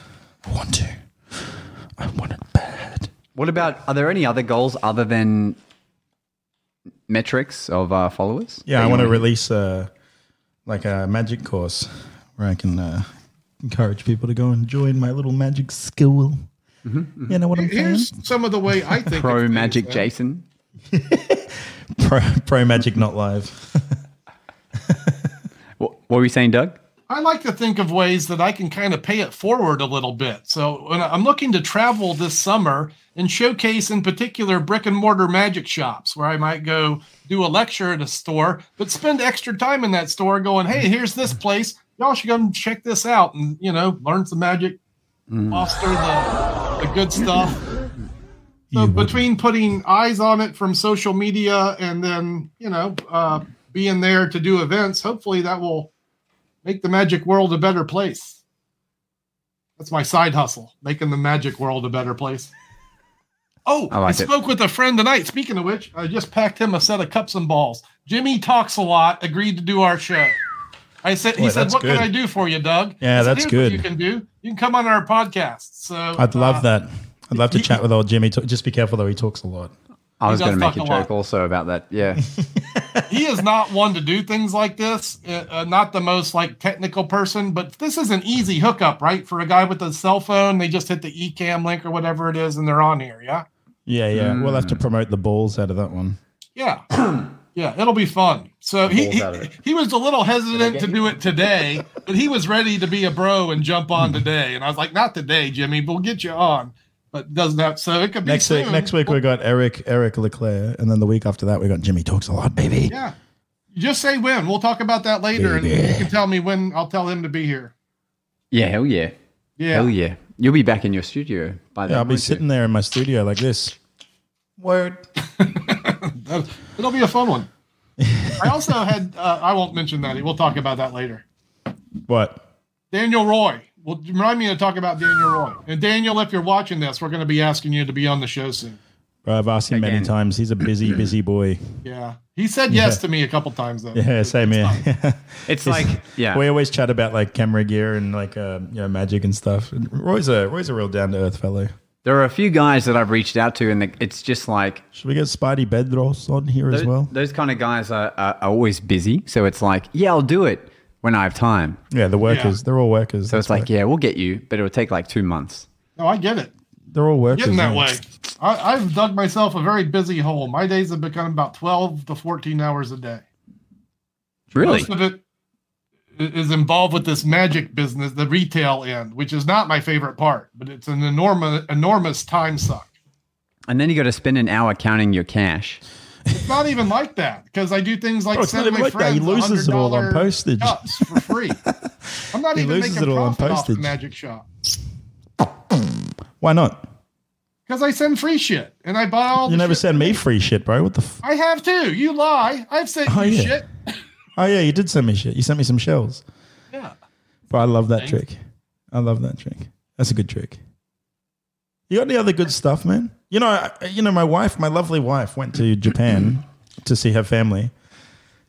A: I want to. I want it bad.
B: What about? Are there any other goals other than metrics of uh, followers?
A: Yeah, I want to release uh, like a magic course where I can uh, encourage people to go and join my little magic school.
E: Mm-hmm,
A: You know what I'm
E: Here's
A: saying?
E: some of the way I think.
B: Pro
E: of
B: Magic
E: things, man.
B: Jason.
A: Pro, pro magic, not live.
B: What, what were you saying, Doug?
E: I like to think of ways that I can kind of pay it forward a little bit. So when I'm looking to travel this summer and showcase in particular brick and mortar magic shops where I might go do a lecture at a store, but spend extra time in that store going, Hey, here's this place. Y'all should come check this out and, you know, learn some magic, foster the, the
A: [LAUGHS]
E: good stuff. So between putting eyes on it from social media and then, you know, uh, being there to do events, hopefully that will make the magic world a better place. That's my side hustle, making the magic world a better place. Oh, I,
B: I like it.
E: spoke with a friend tonight. Speaking of which, I just packed him a set of cups and balls. Jimmy talks a lot, agreed to do our show. I said, he
A: Boy,
E: said,
A: that's
E: what
A: good.
E: can I do for you, Doug?
A: Yeah,
E: I said,
A: that's
E: "Here's what
A: good.
E: you can do. You can come on our podcast. So
A: I'd
E: uh,
A: love that. I'd love to chat with old Jimmy. T- Just be careful though; he talks a lot.
B: I was
E: does
B: going to make a
E: talk
B: joke
E: a lot.
B: also about that. Yeah.
E: he is not one to do things like this. Uh, uh, not the most like technical person, but this is an easy hookup, right? For a guy with a cell phone, they just hit the eCam link or whatever it is, and they're on here. Yeah,
A: Mm. Yeah, yeah. We'll have to promote the balls out of that one.
E: yeah. Yeah, it'll be fun. So he he,
F: out of it.
E: he was a little hesitant to do it today, but he was ready to be a bro and jump on today. And I was like, not today, Jimmy. But we'll get you on. But doesn't have so it could be
A: Next week,
E: soon.
A: next week we got Eric Eric Leclerc, and then the week after that we got Jimmy talks a lot, baby.
E: Yeah, just say when. We'll talk about that later, and you can tell me when. I'll tell him to be here.
B: Yeah, hell yeah.
E: Yeah.
B: Hell yeah. You'll be back in your studio by then.
A: I'll be
B: won't you?
A: sitting there in my studio like this. Word.
E: That- It'll be a fun one. I also had. Uh, I won't mention that. We'll talk about that later.
A: What?
E: Daniel Roy. Well, remind me to talk about Daniel Roy. And Daniel, if you're watching this, we're going to be asking you to be on the show soon.
A: Bro, I've asked him many
B: Again.
A: times. He's a
E: [CLEARS THROAT]
A: busy, busy boy.
E: Yeah, he said yes to me a couple times though.
A: Yeah, same [LAUGHS] here.
B: It's like, [LAUGHS] yeah.
A: we always chat about like camera gear and like uh, you know magic and stuff. And Roy's a Roy's a real down to earth fellow.
B: There are a few guys that I've reached out to, and the, it's just like
A: Should we get Spidey Bedros on here
B: those,
A: as well?
B: those kind of guys are, are, are always busy. So it's like, yeah, I'll do it when I have time.
A: Yeah, the workers. They're all workers.
B: So it's like, yeah, we'll get you, but it'll take like two months.
E: No, I get it.
A: they're all workers.
E: Getting that
A: yeah.
E: way. I, I've dug myself a very busy hole. My days have become about twelve to fourteen hours a day.
B: Really?
E: Most of it i- is involved with this magic business, the retail end, which is not my favorite part, but it's an enormous, enormous time suck.
B: And then you got to spend an hour counting your cash.
E: It's not even like that because I do things like
A: Oh, it's
E: send
A: not even
E: my
A: like that.
E: friends
A: He loses it all on
E: $100
A: postage.
E: cups
A: [LAUGHS]
E: for free. I'm not
A: He
E: even
A: loses
E: making
A: it all on
E: profit off the
A: postage.
E: magic shop.
A: Why not?
E: Because I send free shit and I buy all
A: You
E: the
A: never
E: shit.
A: send me free shit, bro. What the? F-
E: I have too. You lie. I've sent
A: Oh,
E: you
A: yeah.
E: shit.
A: oh yeah, you did send me shit. You sent me some shells.
E: Yeah.
A: But I love that trick. I love that trick. That's a good trick. You got any other good stuff, man? You know, I, you know, my wife, my lovely wife, went to Japan to see her family,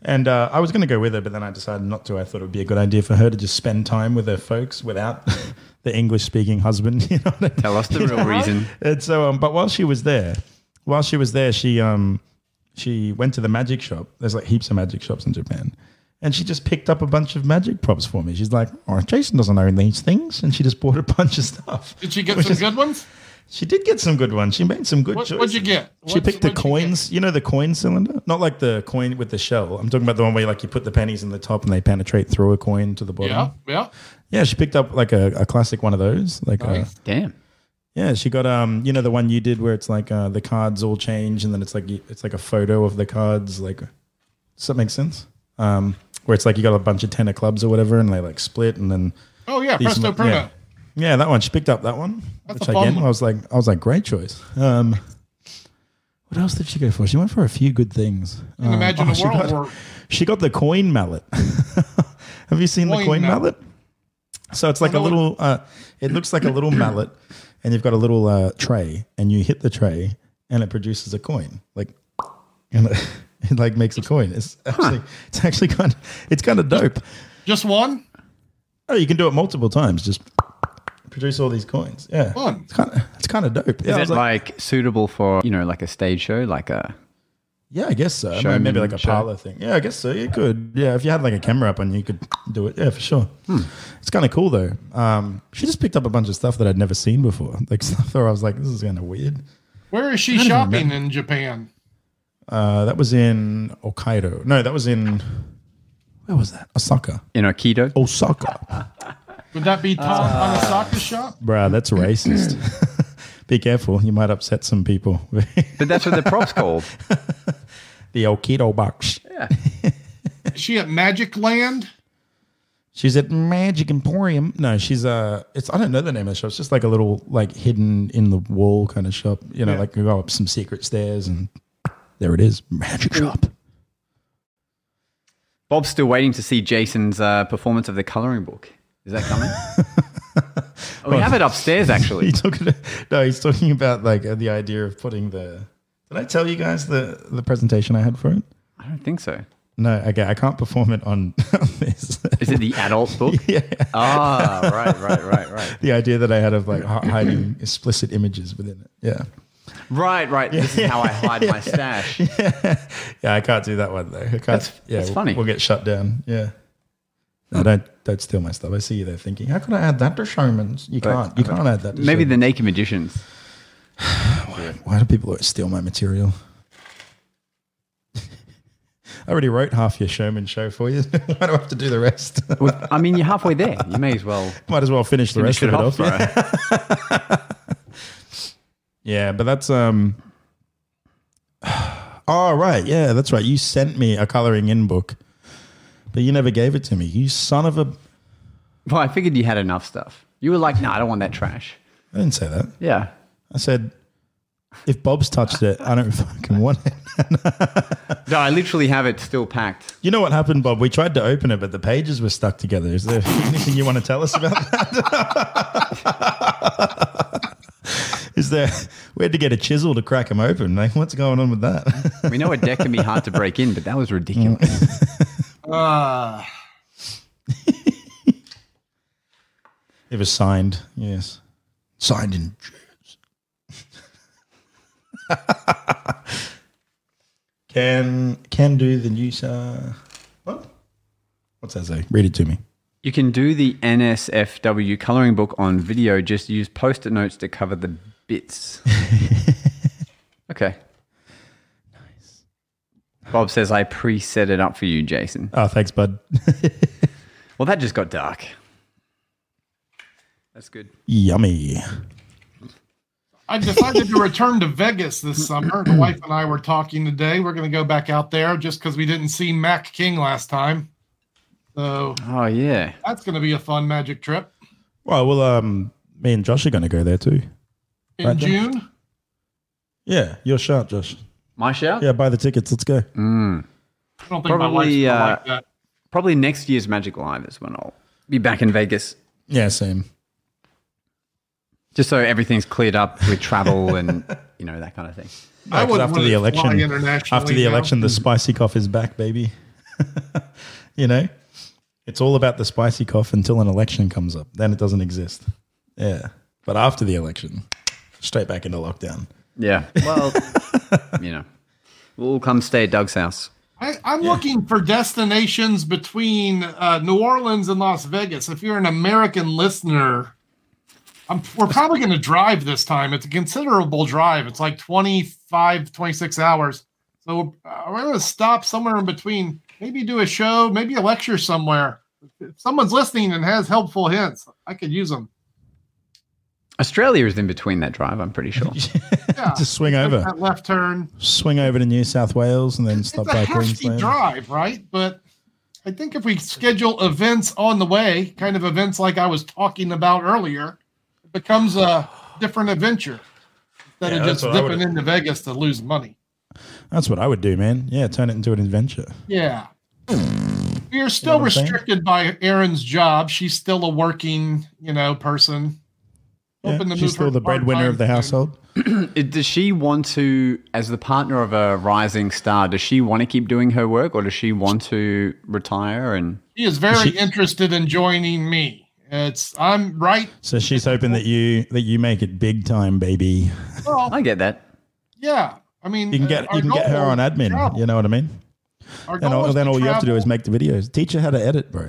A: and uh, I was going to go with her, but then I decided not to. I thought it would be a good idea for her to just spend time with her folks without [LAUGHS] the English-speaking husband. [LAUGHS] You know what I mean?
B: Tell us the [LAUGHS] real reason.
A: And so, um, but while she was there, while she was there, she um, she went to the magic shop. There's like heaps of magic shops in Japan, and she just picked up a bunch of magic props for me. She's like, "Oh, Jason doesn't own these things," and she just bought a bunch of stuff.
E: Did she get
A: Which
E: some
A: is-
E: good ones?
A: She did get some good ones. She made some good
E: What,
A: choices.
E: what'd you get?
A: She
E: What's-
A: picked the
E: what'd you
A: coins. You, know the coin cylinder, not like the coin with the shell. I'm talking about the one where like you put the pennies in the top and they penetrate through a coin to the
E: get?
A: bottom.
E: Yeah, yeah.
A: Yeah, she picked up like a, a classic one of those, like. Uh,
E: Nice.
B: Damn.
A: yeah, she got um, you know, the one you did where it's like uh, the cards all change, and then it's like you- it's like a photo of the cards. Like, does that make sense? Um, where it's like you got a bunch of ten of clubs or whatever, and they like split, and then
E: Oh yeah,
A: these
E: Presto
A: mo-
E: Pruno.
A: yeah. yeah, that one. She picked up that one,
E: That's
A: which
E: a fun
A: again,
E: one.
A: I was like, I was like, great choice. Um, what else did she go for? She went for a few good things. Um,
E: Imagine
A: oh, [LAUGHS]
E: a
A: she
E: world
A: got-
E: where
A: she got the coin mallet. [LAUGHS] Have you seen the
E: Coin
A: coin mallet?
E: mallet.
A: So it's like a
E: know what-
A: little. Uh, it looks like a little mallet, and you've got a little uh, tray, and you hit the tray, and it produces a coin. Like, and [LAUGHS] it, it like makes a coin. It's actually, it's actually kind. Of, it's kind of dope.
E: just one.
A: Oh, you can do it multiple times. Just produce all these coins. Yeah,
E: Fun.
A: It's kind of, it's kind of dope. Yeah, I
B: Is
A: was
B: it
A: like,
B: like, suitable for, you know, like a stage show? Like a.
A: yeah, I guess so.
B: Showman
A: Maybe like a
B: show?
A: parlor thing. Yeah, I guess so. You could. Yeah, if you had like a camera up on you, you could do it. Yeah, for sure. It's kind of cool though. Um, she just picked up a bunch of stuff that I'd never seen before. [LAUGHS] Like stuff where I was like, this is kind of weird.
E: Where is she shopping in Japan?
A: Uh, that was in Hokkaido. No, that was in where was that? Osaka.
B: In Aikido?
A: Osaka.
E: Would that be Tom on a
B: Uh,
E: soccer shop?
A: Bruh, that's racist. [LAUGHS] Be careful, you might upset some people. [LAUGHS]
B: But that's what the prop's called.
A: the Okito box.
E: Is she at Magic Land?
A: She's at Magic Emporium. No, she's uh it's I don't know the name of the shop. It's just like a little like hidden in the wall kind of shop. You know,
E: Yeah.
A: like you go up some secret stairs and there it is. Magic shop.
B: [LAUGHS] Bob's still waiting to see Jason's uh, performance of the coloring book. Is that [LAUGHS] coming? Oh, we have it
A: [LAUGHS]
B: upstairs,
A: He
B: [LAUGHS] actually.
A: took it No, he's talking about like uh, the idea of putting the Did I tell you guys the the presentation I had for it?
B: I don't think so.
A: No, okay, I can't perform it on, [LAUGHS] on this.
B: Is it the adult [LAUGHS] book?
A: yeah.
B: Ah, right, right, right, right.
A: The idea that I had of like hi- hiding explicit images within it. Yeah.
B: Right, right. This
A: [LAUGHS]
B: is how I hide my stash.
A: Yeah, I can't do that one though. I can't,
B: That's-
A: yeah,
B: that's
A: we'll-
B: funny.
A: We'll, get shut down. Yeah. No, don't don't steal my stuff. I see you there thinking, how could I add that to showman's? You can't. You can't add that. To
B: Maybe the
A: Showman's.
B: Naked Magicians.
A: why do people always steal my material? [LAUGHS] I already wrote half your showman show for you. [LAUGHS] Why do I have to do the rest? [LAUGHS]
B: Well, I mean, you're halfway there. You may as well
A: Might as well finish the
B: finish
A: rest of
B: it
A: it
B: off.
A: off. Yeah.
B: bro.
A: Yeah, but that's um. [SIGHS] Oh right, yeah, that's right. You sent me a coloring in book, but you never gave it to me. You son of a!
B: Well, [LAUGHS] I figured you had enough stuff. You were like, no, I don't want that trash.
A: I didn't say that.
B: Yeah.
A: I said, if Bob's touched it, I don't [LAUGHS] fucking want it.
B: No, I literally have it still packed.
A: You know what happened, Bob? We tried to open it, but the pages were stuck together. Is there [LAUGHS] anything you want to tell us about that? [LAUGHS] Is there? We had to get a chisel to crack them open. Like, what's going on with that? [LAUGHS]
B: We know a deck can be hard to break in, but that was
A: Mm.
B: ridiculous.
E: Uh,
A: It was signed, yes. Signed in Jews. [LAUGHS] can can do the news uh what? What's that say? Read it to me.
B: You can do the NSFW coloring book on video. Just use post it notes to cover the
A: [LAUGHS]
B: bits. okay. Nice. Bob says, I pre set it up for you, Jason.
A: Oh, thanks, bud.
B: Well, that just got dark. That's good.
A: Yummy.
E: I decided to return to Vegas this summer. The wife and I were talking today. We're going to go back out there just because we didn't see Mac King last time. So
B: Oh, yeah.
E: that's going to be a fun magic trip
A: Well, well, um, me and Josh are gonna go there too.
E: in
A: Right, Josh?
E: June.
A: Yeah, your shout, Josh.
B: My shout?
A: Yeah, buy the tickets. Let's go.
E: I don't think my wife's
B: Probably,
E: going to
B: uh,
E: like that.
B: Probably next year's Magic Live is when I'll be back in Vegas.
A: Yeah, same.
B: just so everything's cleared up with travel and you know that kind of thing.
E: I wouldn't
A: after
E: want
A: the
E: to fly
A: election,
E: internationally
A: after the
E: now.
A: election, the spicy cough is back, baby. [LAUGHS] you know, it's all about the spicy cough until an election comes up. Then it doesn't exist. Yeah, but after the election, straight back into lockdown.
B: Yeah. Well, [LAUGHS] you know, we'll come stay at Doug's house.
E: I, I'm looking for destinations between uh, New Orleans and Las Vegas. If you're an American listener, I'm, we're probably going to drive this time. It's a considerable drive. It's like 25, 26 hours. So uh, we're going to stop somewhere in between, maybe do a show, maybe a lecture somewhere. If someone's listening and has helpful hints, I could use them.
B: Australia is in between that drive, I'm pretty sure.
E: Yeah.
A: Just swing over,
E: That left turn.
A: swing over to New South Wales, and then stop
E: it's a
A: by
E: hefty
A: Queensland.
E: drive, right? But I think if we schedule events on the way, kind of events like I was talking about earlier, it becomes a different adventure instead
A: Yeah,
E: of
A: that's
E: just
A: what I
E: dipping
A: would've-
E: into Vegas to lose money.
A: That's what I would do, man. Yeah, turn it into an adventure.
E: Yeah. We are still
A: what I'm saying?
E: restricted by Erin's job. She's still a working, you know, person.
A: Yeah,
E: Hoping to move
A: she's still
E: her
A: the breadwinner
E: part-time
A: of the
E: soon.
A: household.
B: It- does she want to, as the partner of a rising star, does she want to keep doing her work or does she want to retire? And
E: She is very interested in joining me. It's I'm right.
A: So she's hoping that you that you make it big time, baby.
E: Well,
B: I get that.
E: yeah. I mean,
A: You can
E: uh,
A: get
E: our
A: you can get her
E: goal
A: on
E: is
A: admin.
E: travel.
A: You know what I mean?
E: Our
A: And
E: goal
A: all,
E: is
A: then all you have to do is
E: travel.
A: make the videos. Teach her how to edit, bro.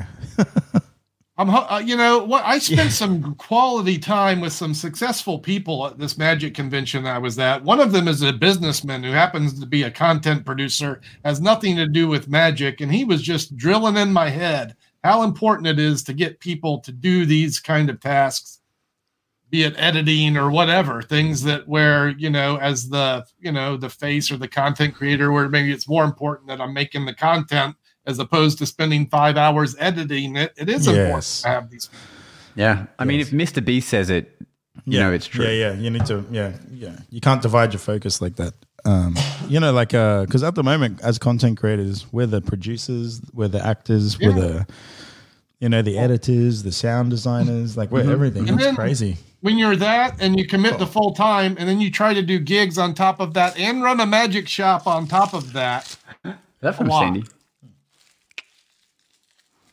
E: I'm, ho- uh, you know, what I spent some quality time with some successful people at this magic convention I was at. One of them is a businessman who happens to be a content producer, has nothing to do with magic, and he was just drilling in my head how important it is to get people to do these kind of tasks, be it editing or whatever things that where you know, as the you know the face or the content creator, where maybe it's more important that I'm making the content as opposed to spending five hours editing it. It is important
A: Yes.
E: to have these. people.
B: Yeah. I mean, if Mr. B says it, you know it's true.
A: Yeah, yeah. You need to, yeah, yeah. You can't divide your focus like that. Um, you know, like, uh, because at the moment, as content creators, we're the producers, we're the actors, we're the, you know, the editors, the sound designers, like, we're everything.
E: And
A: It's
E: then-
A: crazy.
E: When you're that and you commit
B: Oh.
E: to full time and then you try to do gigs on top of that and run a magic shop on top of that,
B: Is that from
E: lot.
B: Sandy?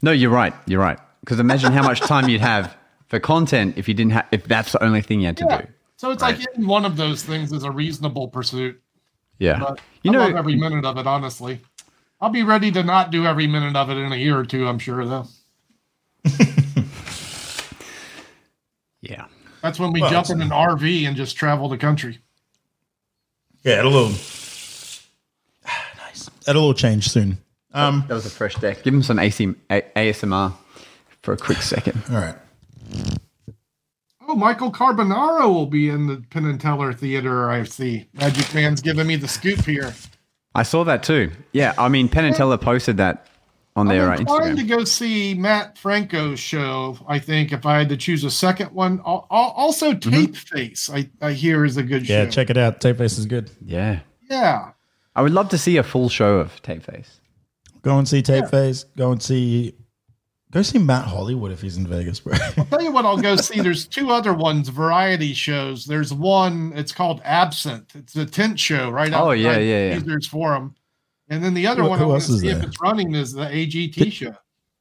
B: No, you're right. You're right. Because imagine how much time you'd have for content if you didn't have if that's the only thing you had to
E: Yeah.
B: do.
E: So it's like any one of those things is a reasonable pursuit.
B: Yeah.
E: But
B: you
E: I
B: know,
E: love every minute of it, honestly. I'll be ready to not do every minute of it in a year or two, I'm sure, though.
B: yeah.
E: That's when we jump in an RV and just travel the country.
A: [SIGHS] Yeah, it'll all, nice. It'll all change soon.
B: Um, that was a fresh deck. Give him some AC, A- ASMR for a quick second. [LAUGHS]
A: All right.
E: Oh, Michael Carbonaro will be in the Penn and Teller Theater. I see. Magic Man's giving me the scoop here.
B: I saw that too. Yeah, I mean, Penn and Teller posted that on their
E: I'm
B: uh,
E: inclined to
B: Instagram.
E: go see Matt Franco's show. I think if I had to choose a second one, Al- al- also Tape Face. I, I hear is a good
A: Mm-hmm. Yeah,
E: show.
A: check it out. Tape Face is good.
B: Yeah,
E: yeah,
B: I would love to see a full show of Tapeface.
A: Go and see Tape Face. Go and see. Go see Matt Hollywood if he's in Vegas, bro. [LAUGHS]
E: tell you what I'll go see. There's two other ones, variety shows. There's one, it's called Absent. It's a tent show right
B: Oh, yeah,
E: outside
B: yeah, yeah.
E: Caesar's Forum. And then the other
A: Who-
E: one
A: who
E: I want
A: else
E: to
A: is
E: see if
A: there?
E: it's running is the AGT show.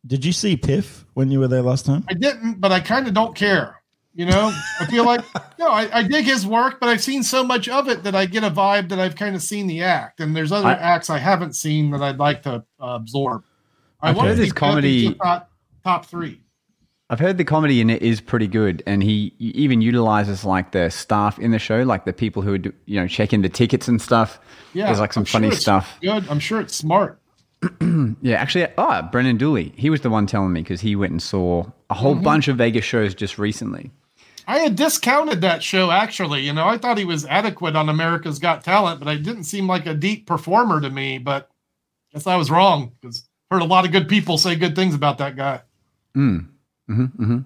A: Did you see Piff when you were there last time?
E: I didn't, but I kind of don't care. You know, I feel like [LAUGHS] no, I, I dig his work, but I've seen so much of it that I get a vibe that I've kind of seen the act, and there's other
B: I-
E: acts I haven't seen that I'd like to uh, absorb. I
A: Okay.
E: want
A: Heard
E: to
B: his
E: see
B: comedy-
E: Pepper's top, top three.
B: I've heard the comedy in it is pretty good, and he even utilizes like the staff in the show, like the people who would you know checking the tickets and stuff.
E: Yeah,
B: there's like some
E: I'm sure
B: funny
E: it's
B: stuff.
E: Good, I'm sure it's smart.
B: Yeah, actually, ah, Brennan Dooley, he was the one telling me because he went and saw a whole
E: Mm-hmm.
B: bunch of Vegas shows just recently.
E: I had discounted that show actually. You know, I thought he was adequate on America's Got Talent, but I didn't seem like a deep performer to me. But guess I was wrong because heard a lot of good people say good things about that guy.
B: Mm-hmm,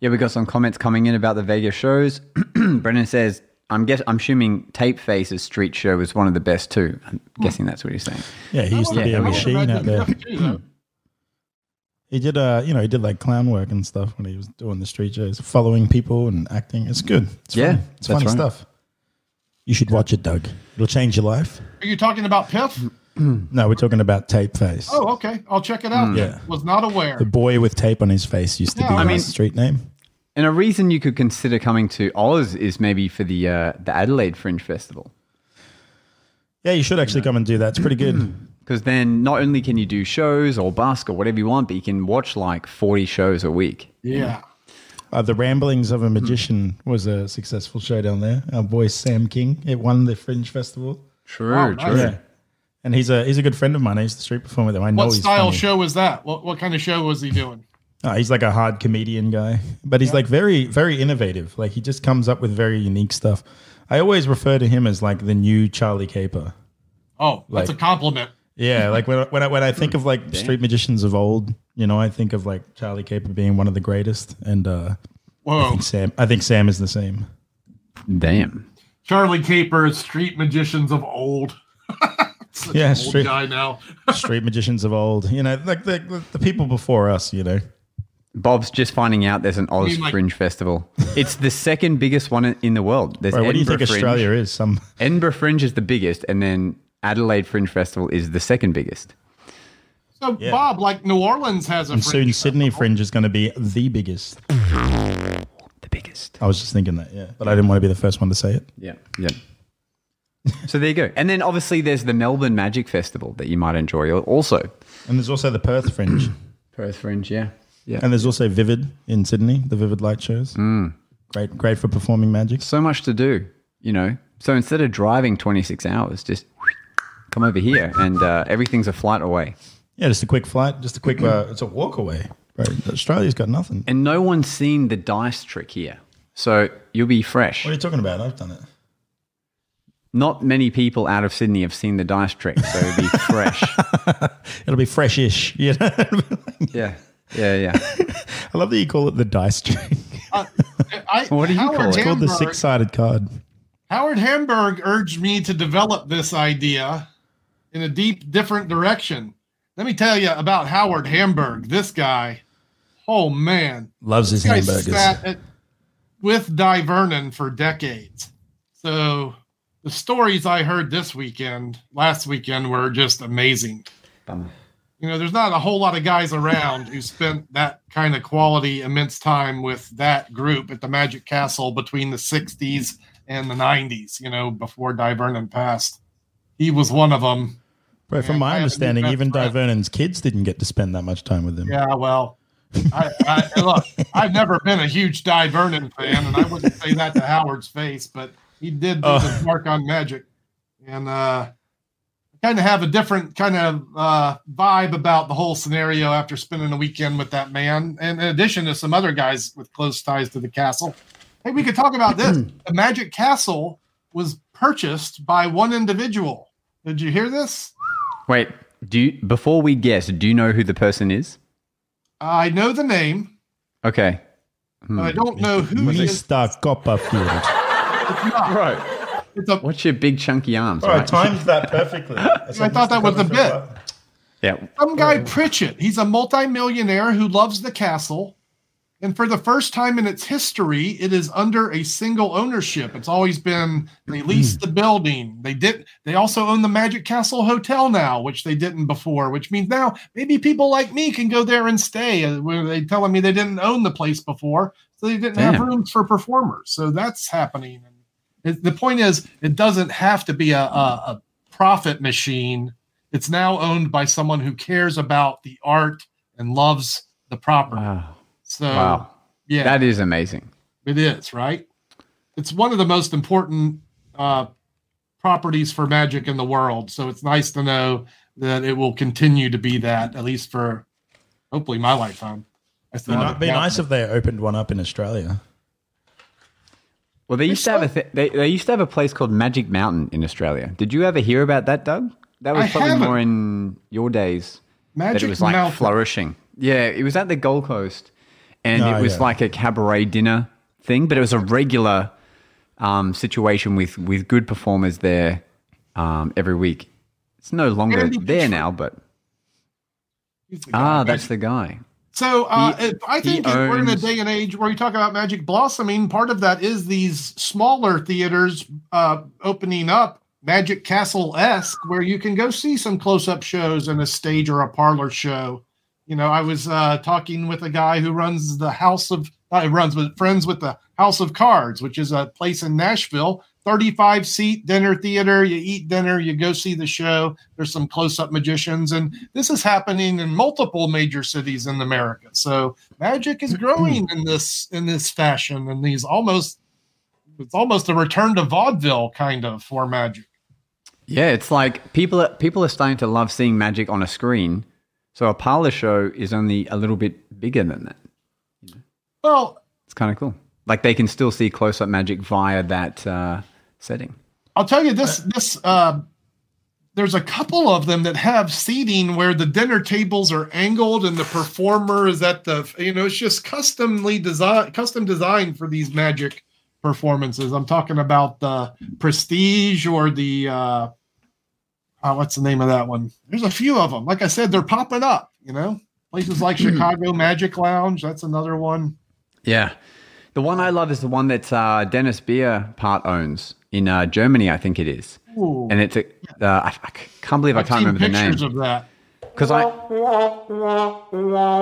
B: Yeah, we got some comments coming in about the Vegas shows. [CLEARS THROAT] Brennan says, "I'm guess I'm assuming Tape Face's street show was one of the best too." I'm
E: Hmm.
B: guessing that's what he's saying.
A: Yeah, he used to
B: Yeah,
A: be
B: I
A: a
B: would've
A: machine out
E: [LAUGHS]
A: there.
E: there.
A: He did, uh, you know, he did like clown work and stuff when he was doing the street shows, following people and acting. It's good. It's
B: Yeah,
A: funny. it's
B: that's
A: funny
B: right.
A: stuff. You should watch it, Doug. It'll change your life.
E: Are you talking about Piff?
B: Mm.
A: No, we're talking about Tape Face.
E: Oh, okay. I'll check it
B: Mm.
E: out.
A: Yeah.
E: Was not aware.
A: The boy with tape on his face used to
E: Yeah,
A: be
E: I
A: his
E: mean-
A: street name.
B: And a reason you could consider coming to Oz is maybe for the uh, the Adelaide Fringe Festival.
A: Yeah, you should actually come and do that. It's pretty
E: [CLEARS THROAT]
A: good.
B: Because then not only can you do shows or busk or whatever you want, but you can watch like 40 shows a week.
E: yeah.
A: Uh, the Ramblings of a Magician was a successful show down there. Our boy Sam King, it won the Fringe Festival.
B: True,
E: nice.
B: true.
A: Yeah, and he's a he's a good friend of mine. He's the street performer that I know.
E: What
A: he's
E: style
A: funny.
E: show was that? What what kind of show was he doing?
A: Uh, he's like a hard comedian guy, but he's like very, very innovative. Like he just comes up with very unique stuff. I always refer to him as like the new Charlie Caper.
E: Oh, that's
A: Like-
E: a compliment.
A: Yeah, like when I- when I, when I think of like street magicians of old, you know, I think of like Charlie Caper being one of the greatest, and uh, I [LAUGHS]
E: Whoa.
A: think Sam. I think Sam is the same.
B: Damn.
E: Charlie Capers, street magicians of old. Such
A: Yeah,
E: an
A: street-
E: old guy now.
A: Street magicians of old, you know, like the the- the people before us, you know.
B: Bob's just finding out there's an Oz
E: mean, like-
B: Fringe Festival. It's the second biggest one in- in the world. There's
A: Right, what do you
B: Edinburgh
A: think
B: Fringe.
A: Australia is? Some
B: Edinburgh Fringe is the biggest, and then Adelaide Fringe Festival is the second biggest.
E: So Bob, like New Orleans has a
A: and soon
E: fringe
A: Sydney Fringe is going to be the biggest.
B: The biggest.
A: I was just thinking that, yeah, but I didn't want to be the first one to say it.
B: Yeah. Yeah. so there you go. And then obviously there's the Melbourne Magic Festival that you might enjoy al- also.
A: And there's also the Perth Fringe. [CLEARS THROAT]
B: Perth Fringe, yeah. Yeah.
A: And there's also Vivid in Sydney, the Vivid light shows.
B: Hmm.
A: Great, great for performing magic.
B: so much to do, you know. So instead of driving 26 hours, just come over here and uh, everything's a flight away.
A: Yeah, just a quick flight, just a quick. Uh, it's a walk away. Right, Australia's got nothing.
B: And no one's seen the dice trick here. So you'll be fresh.
A: What are you talking about? I've done it.
B: Not many people out of Sydney have seen the dice trick, so it'll be fresh.
A: It'll be fresh-ish. [LAUGHS] You know?
B: yeah. Yeah, yeah.
A: I love that you [LAUGHS] call it the dice trick.
E: Uh, I,
B: What do you
E: Howard
B: call it?
A: It's called the
E: Hamburg-
A: six-sided card.
E: Howard Hamburg urged me to develop this idea in a deep, different direction. Let me tell you about Howard Hamburg. This guy, oh man,
A: Loves his
E: guy
A: hamburgers.
E: sat at, with Di Vernon for decades. So the stories I heard this weekend, last weekend, were just amazing. You know, there's not a whole lot of guys around who spent that kind of quality, immense time with that group at the Magic Castle between the 60s and the 90s, you know, before Di Vernon passed. He was one of them.
A: Bro, from
E: Yeah,
A: my
E: I had a new
A: understanding,
E: best
A: even Di
E: friend.
A: Vernon's kids didn't get to spend that much time with him.
E: Yeah, well, I, I, look, I've never been a huge Di Vernon fan, and I wouldn't say that to Howard's face, but he did do
A: Oh.
E: his mark on Magic, and uh, I kind of have a different kind of uh, vibe about the whole scenario after spending a weekend with that man, and in addition to some other guys with close ties to the castle. Hey, we could talk about this. the Magic Castle was purchased by one individual. Did you hear this?
B: Wait, do you, before we guess, do you know who the person is?
E: I know the name,
B: Okay.
E: but I don't know who he is.
A: Mr. [LAUGHS] Copperfield.
B: Right.
E: It's a,
B: What's your big chunky arms?
A: I timed that perfectly.
E: [LAUGHS] I thought that was the bit.
B: Yeah.
E: Some guy Pritchett. He's a multimillionaire who loves the castle. And for the first time in its history, it is under a single ownership. It's always been they leased the building. They did they also own the Magic Castle Hotel now, which they didn't before, which means now maybe people like me can go there and stay. Uh, Were they telling me they didn't own the place before? So they didn't have
B: Damn.
E: rooms for performers. So that's happening. And it- the point is it doesn't have to be a, a, a profit machine. It's now owned by someone who cares about the art and loves the property.
B: Wow.
E: So
B: Wow.
E: yeah,
B: That is amazing.
E: it is right. It's one of the most important uh, properties for magic in the world. So it's nice to know that it will continue to be that at least for hopefully my lifetime. I still
A: It'd
E: have it
A: be
E: down.
A: nice if they opened one up in Australia.
B: Well, they used to have a th- they, they used to have a place called Magic Mountain in Australia. Did you ever hear about that, Doug? That was
E: I
B: probably
E: haven't.
B: more in your days. that
E: Magic
B: it was like
E: Mountain.
B: flourishing. Yeah, it was at the Gold Coast, and
A: Oh,
B: it was
A: yeah.
B: like a cabaret dinner thing, but it was a regular um, situation with with good performers there um, every week. It's no longer
E: Andy
B: there
E: Pitchford.
B: now, but
E: He's the guy.
B: ah, that's the guy.
E: So uh,
B: He-
E: if- I
B: he
E: think if we're in a
B: owns-
E: day and age where you talk about magic blossoming. Part of that is these smaller theaters uh, opening up, Magic Castle esque, where you can go see some close up shows and a stage or a parlor show. You know, I was uh, talking with a guy who runs the House of uh, runs with friends with the House of Cards, which is a place in Nashville. 35 seat dinner theater. You eat dinner, you go see the show. There's some close up magicians. And this is happening in multiple major cities in America. So magic is growing in this in this fashion and these almost it's almost a return to vaudeville kind of for magic.
B: Yeah, it's like people are, people are starting to love seeing magic on a screen. So a parlor show is only a little bit bigger than that.
E: Well,
B: It's kind of cool. Like they can still see close up magic via that uh, setting.
E: I'll tell you this this uh there's a couple of them that have seating where the dinner tables are angled and the performer is at the you know it's just customly designed custom designed for these magic performances. I'm talking about the prestige or the uh, uh what's the name of that one? There's a few of them. Like I said, they're popping up, you know. Places like
A: Hmm.
E: Chicago Magic Lounge, that's another one.
B: Yeah. The one I love is the one that uh, Dennis Beer part owns in uh, Germany, I think it is.
E: Ooh.
B: And it's a, uh, I, I can't believe I
E: I've
B: can't
E: seen
B: remember the name.
E: pictures of that.
B: because I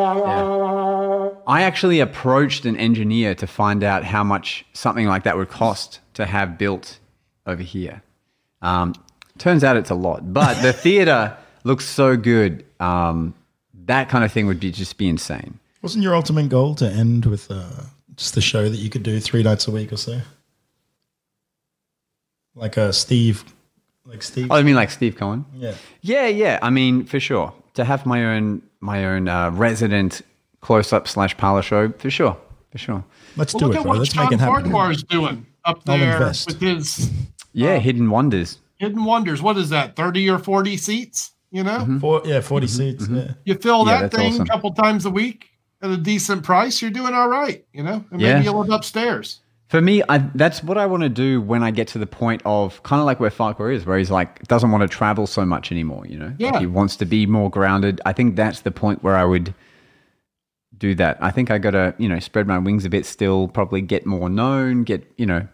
B: Yeah. I actually approached an engineer to find out how much something like that would cost to have built over here. Um, turns out it's a lot, but the theater looks so good. Um, that kind of thing would be just be insane.
A: Wasn't your ultimate goal to end with uh, just the show that you could do three nights a week or so? Like uh, Steve, like Steve.
B: Oh, I mean, like Steve Cohen.
A: yeah.
B: Yeah, yeah. I mean, for sure. To have my own my own uh, resident close up slash parlor show, for sure, for sure.
A: Let's
E: Well,
A: do
E: look
A: it,
E: at
A: bro.
E: what
A: Let's
E: John
A: make it happen.
E: Farquhar's doing up
A: I'll
E: there
A: invest.
E: with his
B: Yeah, hidden wonders.
E: Hidden Wonders. What is that? Thirty or forty seats? You know,
A: Four, yeah, 40 seats. Mm-hmm. Yeah.
E: you fill
B: Yeah,
E: that
B: that's
E: thing
B: awesome.
E: a couple times a week at a decent price. You're doing all right. You know, and
B: Yeah.
E: maybe you live upstairs.
B: For me, I, that's what I want to do when I get to the point of kind of like where Farquhar is, where he's like doesn't want to travel so much anymore. You know, Like,
E: Yeah.
B: he wants to be more grounded. I think that's the point where I would do that. I think I got to you know spread my wings a bit, still probably get more known, get you know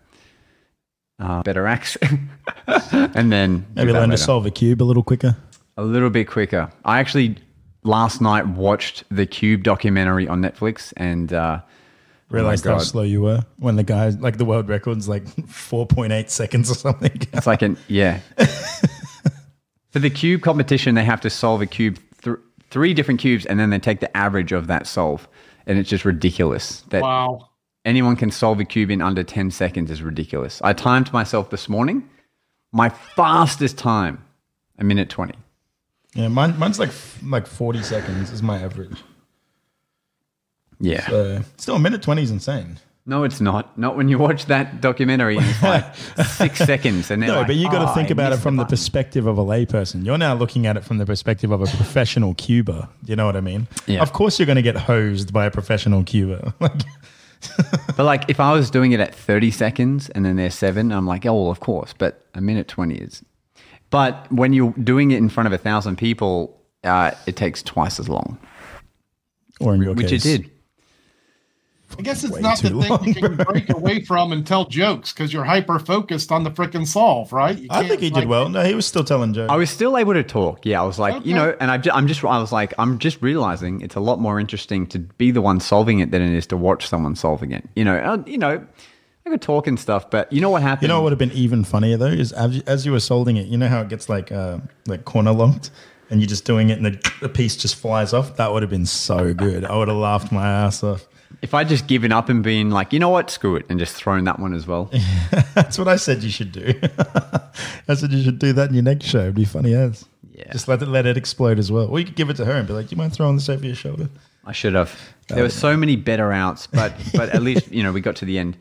B: uh, better accent, [LAUGHS] and then do
A: Maybe
B: that
A: learn to
B: later.
A: solve a cube a little quicker.
B: a little bit quicker. I actually last night watched the Cube documentary on Netflix, and uh,
A: Realized how
B: God.
A: slow you were when the guy, like the world record's like [LAUGHS] 4.8 seconds or something. [LAUGHS]
B: It's like an yeah. For the cube competition, they have to solve a cube th- three different cubes, and then they take the average of that solve, and it's just ridiculous that
E: Wow.
B: anyone can solve a cube in under ten seconds is ridiculous. I timed myself this morning. My fastest time a minute 20.
A: Yeah, mine, mine's like f- like forty seconds is my average.
B: Yeah.
A: Uh, still, a minute twenty is insane.
B: No, it's not. Not when you watch that documentary and it's like
A: [LAUGHS]
B: six seconds and then.
A: No,
B: like,
A: but you got to
B: "Ah,
A: think
B: I
A: about it
B: missed
A: from the,
B: button."
A: perspective of a layperson. You're now looking at it from the perspective of a professional cuber. You know what I mean?
B: Yeah.
A: Of course, you're going to get hosed by a professional cuber. [LAUGHS] Like,
B: But like if I was doing it at 30 seconds and then there's seven, I'm like, oh, well, of course, but a minute 20 is. But when you're doing it in front of a thousand people, uh, it takes twice as long,
A: or in your
B: which
A: case,
B: it did.
E: I guess it's
A: Way
E: not the
A: too
E: thing you can
A: [LAUGHS]
E: break away from and tell jokes because you're hyper focused on the frickin' solve, right? You
A: I
E: can't,
A: think he did
E: like-
A: well. No, he was still telling jokes.
B: I was still able to talk. Yeah, I was like, you know, and I've ju- I'm just, I was like, I'm just realizing it's a lot more interesting to be the one solving it than it is to watch someone solving it. You know, uh, you know, I could talk and stuff, but you know what happened?
A: You know what would have been even funnier though is as you, as you were solding it, you know how it gets like uh, like corner locked, and you're just doing it, and the, the piece just flies off. That would have been so good. I would have laughed my ass off. [LAUGHS]
B: If I just given up and been like, you know what, screw it, and just thrown that one as well.
A: That's what I said you should do. [LAUGHS] I said you should do that in your next show. It'd be funny as.
B: Yeah.
A: Just let it let it explode as well. Or you could give it to her and be like, "You mind throwing this over your shoulder?"
B: I should have. There were so many better
A: [LAUGHS]
B: outs, but but at least you know we got to the end.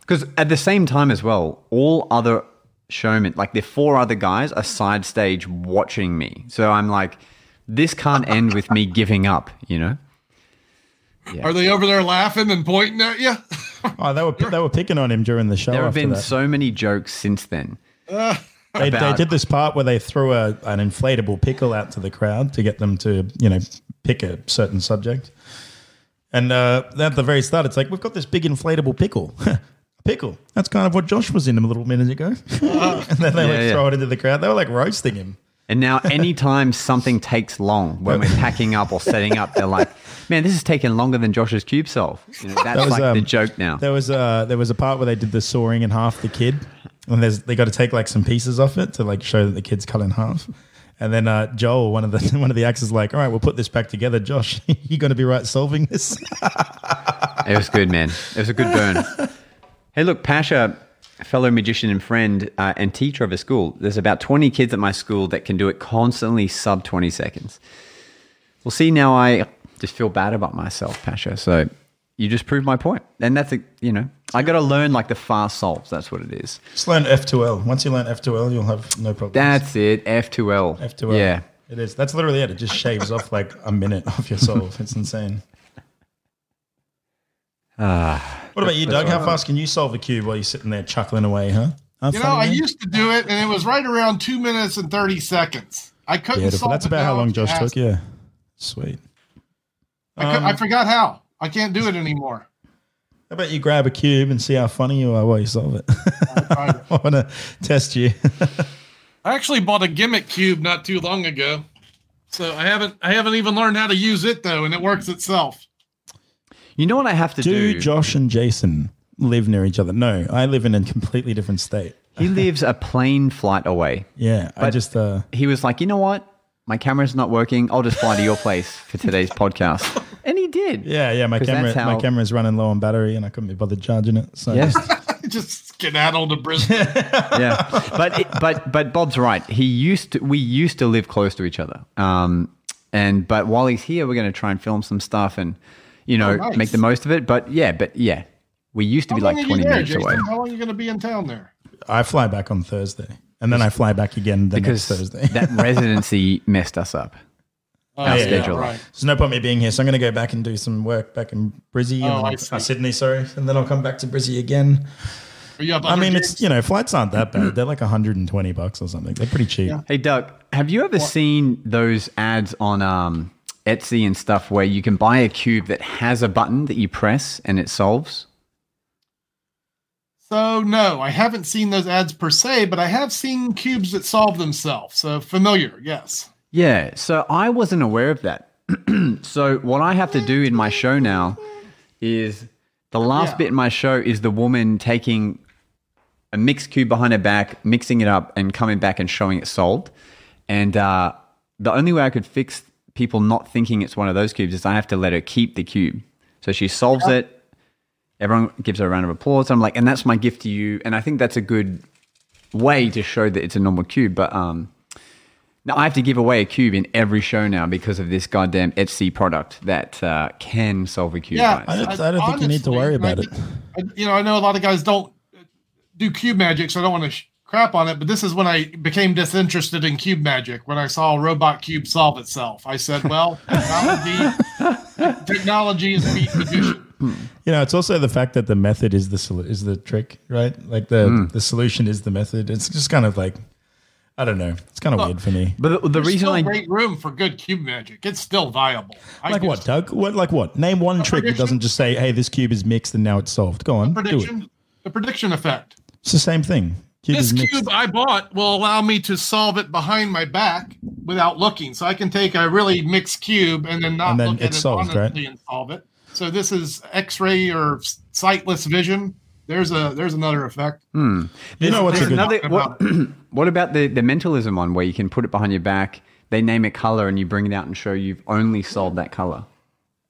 B: Because at the same time as well, all other showmen, like the four other guys, are side stage watching me. So I'm like, this can't end with me giving up. You know,
E: Are they over there laughing and pointing at you?
A: Oh, they were they were picking on him during the show.
B: there have
A: after
B: been
A: that.
B: so many jokes since then.
A: they, they
B: about-
A: did this part where they threw a, an inflatable pickle out to the crowd to get them to you know pick a certain subject and uh, at the very start it's like we've got this big inflatable pickle [LAUGHS] pickle that's kind of what josh was in a little minute ago [LAUGHS] and then they like
B: Yeah, yeah.
A: throw it into the crowd they were like roasting him
B: And now,
A: [LAUGHS]
B: anytime something takes long when we're packing up or setting up, they're like, "Man, this is taking longer than Josh's cube solve." You know, that's
A: was,
B: like the
A: um,
B: joke now.
A: There was a there was a part where they did the sawing in half the kid, and there's they got to take like some pieces off it to like show that the kid's cut in half. And then uh, Joel, one of the [LAUGHS] one of the acts, is like, "All right, we'll put this back together." Josh, [LAUGHS] you going to be right solving this? [LAUGHS]
B: It was good, man. It was a good burn. hey, look, Pasha, a fellow magician and friend uh, and teacher of a school, there's about 20 kids at my school that can do it constantly sub 20 seconds. Well, see, now I just feel bad about myself, Pasha. So you just proved my point. And that's, a, you know, I got to learn like the fast solves. That's what it is.
A: Just learn F two L. Once you learn F two L, you'll have no problems.
B: That's it. F2L.
A: F two L.
B: Yeah.
A: it is. That's literally it. It just shaves off like a minute off your
B: [LAUGHS]
A: solve. It's insane.
B: Ah,
A: what about you, Doug? How fast can you solve a cube while you're sitting there chuckling away? Huh? How
E: [LAUGHS] You know,
A: funny, eh?
E: I
A: man.
E: used to do it, and it was right around two minutes and thirty seconds. I couldn't.
A: Beautiful.
E: solve
A: That's
E: it
A: about how
E: now
A: long
E: if you
A: Josh
E: asked.
A: took. Um, Yeah. Sweet.
E: I, cou- I forgot how. I can't do it anymore.
A: How about you grab a cube and see how funny you are while you solve it? [LAUGHS]
E: tried
A: I
E: it.
A: want to test you.
E: I actually bought a gimmick cube not too long ago, so I haven't. I haven't even learned how to use it though, and it works itself. [LAUGHS]
B: You know what I have
A: [LAUGHS]
B: to
A: Do
B: do?
A: Josh and Jason live near each other? No, I live in a completely different state.
B: he lives a plane flight away.
A: Yeah, I just uh,
B: he was like, you know what? My camera's not working. I'll just fly to your place for today's
E: [LAUGHS]
B: podcast. And he did.
A: yeah, yeah. My
B: 'Cause
A: camera,
B: that's how-
A: my camera's running low on battery, and I couldn't be bothered charging it. So
B: Yes.
E: Just skedaddle to Brisbane.
B: yeah. But it, but but Bob's right. He used to, we used to live close to each other. Um and but while he's here we're going to try and film some stuff and you know,
E: Oh, nice.
B: make the most of it. But yeah, but yeah. We used to [LAUGHS] be
E: How long
B: like
E: are you
B: 20
E: there,
B: minutes
E: Jason?
B: away.
E: How long are you going to be in town there?
A: I fly back on Thursday, and then I fly back again the
B: Because
A: next Thursday.
B: that residency messed us up.
E: Oh,
B: Our
E: yeah,
B: schedule.
E: right.
A: [LAUGHS] There's no point me being here, so I'm going to go back and do some work back in Brizzy,
E: Oh,
A: and
E: I
A: then,
E: see.
A: uh, Sydney, sorry, and then I'll come back to Brizzy again.
E: Are you up
A: I
E: under
A: mean,
E: Jason?
A: it's you know, flights aren't that bad. They're like 120 bucks or something. They're pretty cheap.
B: Hey, Doug, have you ever seen those ads on um, Etsy and stuff where you can buy a cube that has a button that you press and it solves?
E: So no, I haven't seen those ads per se, but I have seen cubes that solve themselves. So familiar, yes.
B: Yeah, so I wasn't aware of that. [CLEARS THROAT] so what I have to do in my show now is the last
E: Yeah.
B: bit in my show is the woman taking a mixed cube behind her back, mixing it up, and coming back and showing it solved. And uh, the only way I could fix people not thinking it's one of those cubes is I have to let her keep the cube. So she solves it. Everyone gives her a round of applause. I'm like, and that's my gift to you. And I think that's a good way to show that it's a normal cube. But um, Now I have to give away a cube in every show now because of this goddamn Etsy product that uh, can solve a cube.
E: Yeah,
A: I
B: guys.
A: don't- I don't think you need to worry
E: and I
A: about it.
E: think- I- you know, I know a lot of guys don't do cube magic, so I don't want to sh- crap on it. But this is when I became disinterested in cube magic when I saw a robot cube solve itself. I said,
A: [LAUGHS]
E: "Well, technology, technology is beat magician."
A: You know, it's also the fact that the method is the solu- is the trick, right? Like the
B: Hmm.
A: the solution is the method. It's just kind of like I don't know. It's kind of weird for me.
B: But the, the
E: There's
B: reason
E: still
B: I
E: great room for good cube magic. It's still viable. I
A: Like
E: do-
A: what, Doug? What like what? Name one trick that
E: prediction?
A: doesn't just say, "Hey, this cube is mixed and now it's solved." Go on, do it.
E: Prediction. The prediction effect.
A: It's the same thing. Cube
E: This
A: is mixed.
E: cube I bought will allow me to solve it behind my back without looking. So I can take a really mixed cube and then not
A: And then
E: look at
A: it's
E: it
A: solved, right?
E: honestly and solve it. So this is X-ray or sightless vision. There's a there's another effect.
A: you know what's a
E: there's
A: good?
B: another
E: Talk
B: what,
E: about
B: [CLEARS THROAT] what about the, the mentalism one where you can put it behind your back, they name it color, and you bring it out and show you've only solved that color.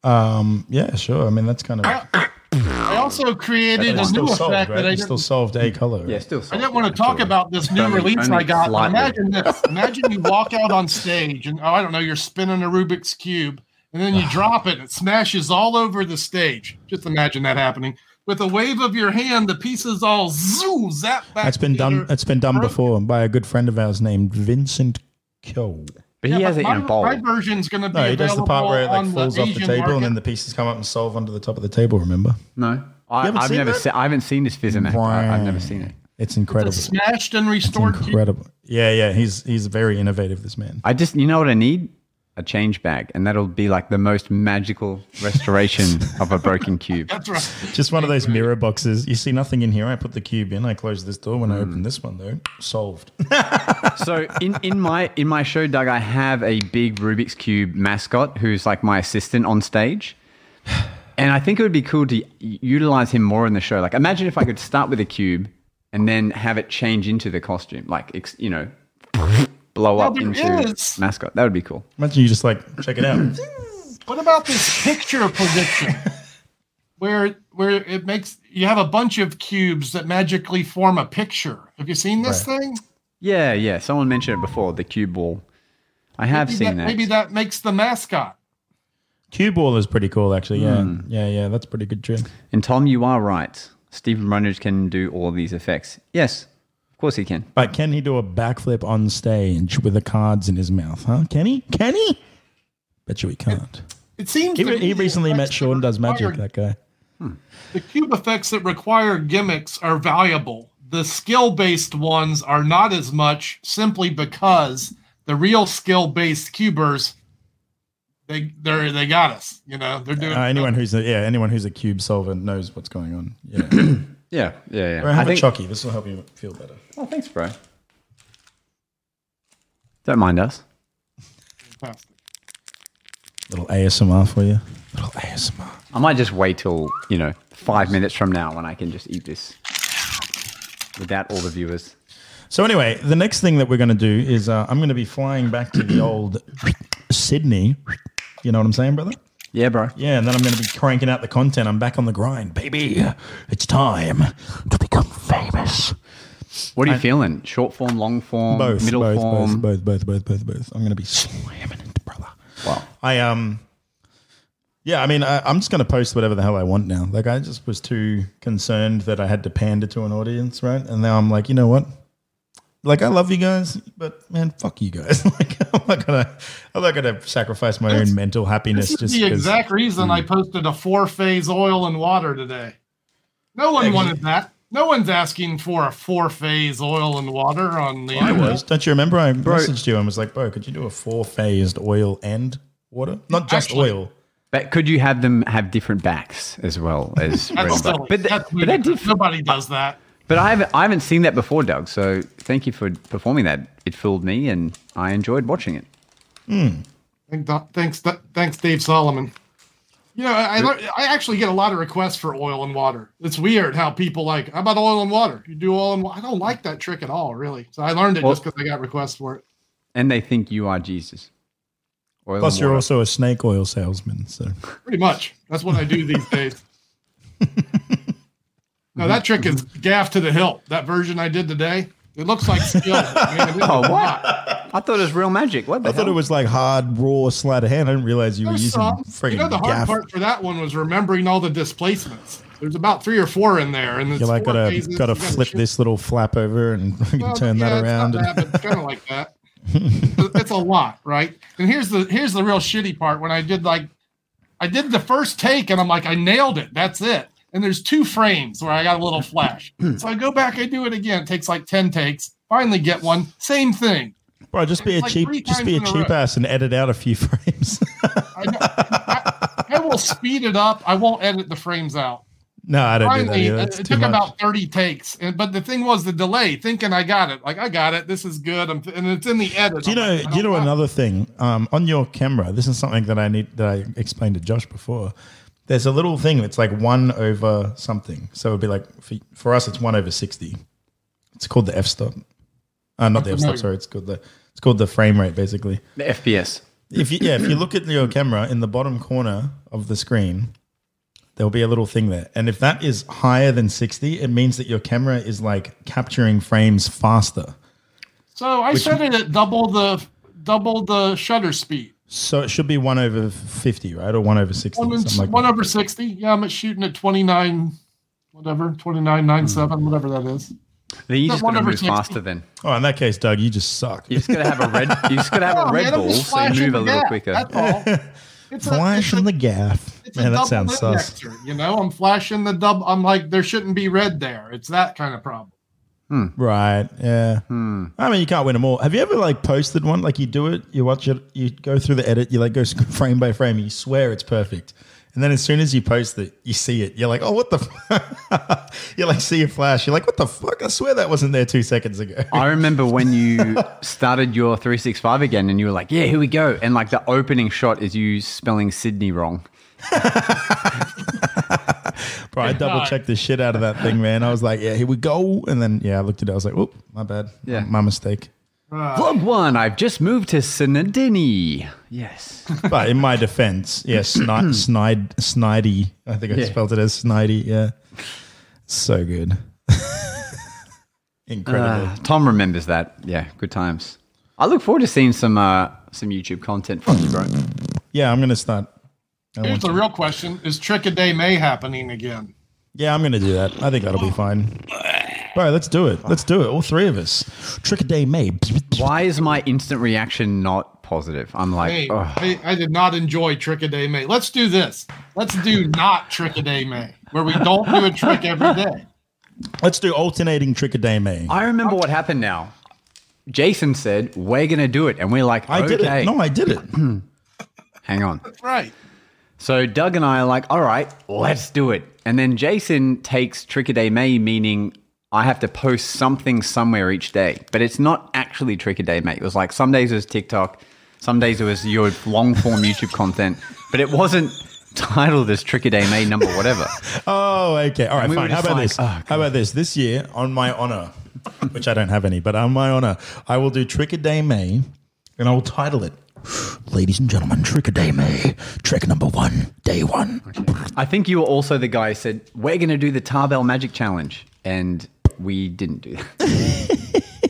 A: um, yeah, sure. I mean, that's kind of
E: I also created
A: it's
E: a new
A: still
E: Ah, effect
A: solved, right?
E: that I
A: It's still
E: didn't,
A: solved a color.
B: Yeah,
A: right?
B: still.
E: I
B: solved
E: didn't want
B: it,
E: to talk
B: actually.
E: about this new
B: Only-
E: release
B: only
E: I got. but
B: slightly.
E: Imagine this. Imagine you walk out on stage and oh, I don't know, you're spinning a Rubik's cube and then you drop it and it smashes all over the stage. Just imagine that happening. With a wave of your hand, the pieces all zoo zap back.
A: That's been done.
E: together.
A: It's been done
E: Broken.
A: before by a good friend of ours named Vincent Kyo.
B: But he
E: Yeah,
B: has
E: but
B: it in a
E: my-
B: bowl.
E: My version's going to be
A: No, he
E: available
A: does the part where it like
E: on
A: falls off the
E: Asian
A: table
E: market.
A: and then the pieces come up and solve under the top of the table. Remember?
B: No, I,
A: haven't
B: I've
A: seen
B: never.
A: that?
B: Se- I haven't seen this Fizzinac. I, I've never
A: Wow.
B: seen it.
A: It's incredible. It's
E: smashed and restored cube.
A: incredible. Yeah, yeah. He's he's very innovative. This man.
B: I just, you know what I need? A change bag, and that'll be like the most magical
E: [LAUGHS]
B: restoration of a broken cube.
E: That's right.
A: Just one of those mirror boxes. You see nothing in here. I put the cube in. I close this door. When I open this one, though, solved.
B: So in, in my in my show, Doug, I have a big Rubik's cube mascot who's like my assistant on stage, and I think it would be cool to utilize him more in the show. Like, imagine if I could start with a cube and then have it change into the costume, like ex- you know, [LAUGHS] blow up
E: there
B: into
E: is.
B: mascot. That would be cool.
A: Imagine you just like check it [LAUGHS] out.
E: What about this picture
A: [LAUGHS]
E: prediction? Where where it makes you have a bunch of cubes that magically form a picture. Have you seen this thing?
B: Yeah, yeah. Someone mentioned it before. The cube ball. I have
E: Maybe
B: seen
E: that,
B: that.
E: maybe that makes the mascot.
A: Cube ball is pretty cool, actually. Yeah, yeah, yeah. That's pretty good trick.
B: And Tom, you are right. Stephen Brundage can do all these effects. Yes, of course he can.
A: But can he do a backflip on stage with the cards in his mouth? Huh? Can he? Can he? Bet you he can't.
E: It seems
A: [LAUGHS] He,
E: to me
A: he
E: the
A: recently met
E: effects that
A: Sean Does Magic.
E: require-
A: That guy.
E: The cube effects that require gimmicks are valuable. The skill based ones are not as much simply because the real skill based cubers they they they got us, you know. They're doing
A: Uh, anyone who's a, yeah, anyone who's a cube solver knows what's going on. Yeah,
B: Yeah, yeah, yeah.
A: have
B: I
A: a
B: think-
A: chocky. This will help you feel better.
B: Oh, thanks, bro. Don't mind us.
E: fantastic.
A: Little ASMR for you. Little ASMR.
B: I might just wait till, you know, five minutes from now when I can just eat this without all the viewers.
A: So anyway, the next thing that we're going to do is uh, I'm going to be flying back to the old Sydney. You know what I'm saying, brother?
B: Yeah, bro.
A: Yeah, and then I'm going to be cranking out the content. I'm back on the grind, baby. It's time to become famous.
B: What are you feeling? Short form, long form,
A: both,
B: middle
A: both,
B: form?
A: both, both, both, both, both, both. I'm going to be slamming it, brother.
B: Wow.
A: I um, yeah. I mean, I, I'm just going to post whatever the hell I want now. Like, I just was too concerned that I had to pander to an audience, right? And now I'm like, you know what? Like, I love you guys, but man, fuck you guys. [LAUGHS] like, I'm not gonna, I'm not gonna sacrifice my own mental happiness
E: This is
A: just
E: the
A: 'cause-
E: exact reason
B: Hmm.
E: I posted a four phase oil and water today. No one wanted that. No one's asking for a four phase oil and water on the.
A: I was. Don't you remember? I messaged you and was like, bro, could you do a four phased oil and water? Not just
E: Actually-
A: oil.
B: But could you have them have different backs as well as red and
E: [LAUGHS] That's
B: black?
E: silly.
B: But, th-
E: That's
B: but, that
E: ludicrous.
B: diff-
E: Nobody does that.
B: but I, haven't, I haven't seen that before, Doug. So thank you for performing that. It fooled me and I enjoyed watching it.
E: Thank Do- Thanks, Do- thanks, Dave Solomon. You know, I, I lear- I actually get a lot of requests for oil and water. It's weird how people like, how about oil and water? You do oil and water. I don't like that trick at all, really. So I learned it
B: Well-
E: just because I got requests for it.
B: And they think you are Jesus. Oil
A: Plus,
B: and
A: you're
B: water.
A: also a snake oil salesman. So,
E: Pretty much. That's what I do
A: [LAUGHS]
E: these days. no, that trick
A: [LAUGHS]
E: is gaff to the hilt. That version I did today. It looks like skill. I mean, it is
B: Oh,
E: not.
B: what? I thought it was real magic. What the
A: I thought it was like hard, raw sleight of hand. I didn't realize you were
E: There's
A: using
E: some.
A: friggin'
E: You know, the hard
A: gaff.
E: part for that one was remembering all the displacements. There's about three or four in there, and it's
A: You're like,
E: four
A: gotta,
E: phases,
A: gotta
E: you gotta
A: flip
E: shoot-
A: this little flap over and [LAUGHS]
E: Well,
A: turn
E: yeah,
A: that around.
E: It's, not bad, but it's kind of like that. it's a lot, right? And here's the here's the real shitty part. When I did like, I did the first take, and I'm like, I nailed it. That's it. And there's two frames where I got a little flash. so I go back, I do it again. It takes like ten takes. Finally get one. Same thing.
A: Bro, just be a
E: like
A: cheap,
E: three
A: just be a
E: times in a row.
A: cheap ass and edit out a few [LAUGHS] frames.
E: I, I, I will speed it up. I won't edit the frames out.
A: no, I don't
E: finally,
A: do that. Either.
E: it
A: That's
E: it
A: too
E: took
A: much.
E: about 30 takes. And but the thing was the delay, thinking I got it. Like I got it. This is good. I'm, and it's in the edit.
A: do you know? Do you know another thing? Um, on your camera, this is something that I need that I explained to Josh before. There's a little thing that's like one over something. So it'd be like for, for us, it's one over sixty. It's called the f stop. Uh, not the f stop.
E: familiar.
A: Sorry, it's called the it's called the frame rate, basically.
B: the FPS?
A: If you yeah, if you look at your camera in the bottom corner of the screen, there'll be a little thing there. And if that is higher than 60, it means that your camera is like capturing frames faster.
E: So I set it at double the double the shutter speed.
A: So it should be 1 over 50, right? Or 1 over 60.
E: One, in,
A: something like
E: one
A: that.
E: over 60. Yeah, I'm at shooting at 29, whatever,
A: Hmm.
E: 29.97, whatever that is.
B: Then you
E: That
B: just
E: one
B: gotta
E: over
B: move
E: 60.
B: faster. Then
A: Oh, in that case, Doug, you just suck.
B: you just gotta have a red. You just gotta have
E: Oh,
B: a red
E: man, I'm
B: ball,
E: just
B: so you
E: flashing
B: move
E: the
B: a little
E: gap,
B: quicker.
E: That's
A: [LAUGHS]
E: all. It's a- it's
A: Flash
E: a-
A: in the gaff.
E: It's a
A: Man, that
E: double
A: sounds
E: lit
A: sus.
E: nectar, you know, I'm flashing the dub. I'm like, there shouldn't be red there. It's that kind of problem.
A: Right. Yeah.
E: Hmm.
A: I mean, you can't win them all. Have you ever like posted one? Like you do it, you watch it, you go through the edit, you like go sc- [LAUGHS] frame by frame, and you swear it's perfect. And then as soon as you post it, you see it. You're like, oh, what the? F-? [LAUGHS] you like see a flash. You're like, what the fuck? I swear that wasn't there two seconds ago.
B: I remember when you started your 365 again and you were like, yeah, here we go. And like the opening shot is you spelling Sydney wrong.
A: Bro, I double checked the shit out of that thing, man. I was like, yeah, here we go. And then yeah, I looked at it. I was like, whoop, my bad.
B: Yeah.
A: my mistake. Uh,
B: Vlog one, I've just moved to Sinadini. Yes.
A: But in my defense,
B: [CLEARS THROAT]
A: yeah, snide, snide, snidey. I think I
B: Yeah.
A: spelled it as snidey. Yeah, so good, [LAUGHS] incredible.
B: Uh, Tom remembers that. Yeah, good times. I look forward to seeing some uh, some YouTube content from you, bro.
A: yeah, I'm gonna start. I
E: Here's
A: want
E: the
A: to-
E: real question Is Trick a Day May happening again?
A: yeah, I'm gonna do that. I think that'll be fine. Bro, let's do it. Let's do it. All three of us. Trick a day, May.
B: Why is my instant reaction not positive? I'm
E: Hey,
B: like, oh,
E: I, I did not enjoy Trick a Day May. Let's do this. Let's do not Trick a Day May, where we don't do a trick every day.
A: Let's do alternating trick a day, May.
B: I remember what happened now. Jason said, we're going to do it. And we're like,
A: I
B: okay.
A: did it. No, I did it.
B: Hang on.
E: Right.
B: So Doug and I are like, all right, let's do it. And then Jason takes Trick a Day May, meaning I have to post something somewhere each day. But it's not actually Trick a Day May. It was like some days it was TikTok, some days it was your long form [LAUGHS] YouTube content, but it wasn't titled as Trick a Day May number whatever.
A: Oh, okay. All right,
B: we were
A: fine. How
B: just
A: about
B: like,
A: this?
B: "Oh,
A: How about this? This year, on my honor, which I don't have any, but on my honor, I will do Trick a Day May and I will title it Ladies and Gentlemen, Trick a Day May, Trick number one, day one.
B: I think you were also the guy who said, we're going to do the Tarbell Magic Challenge. And we didn't do that.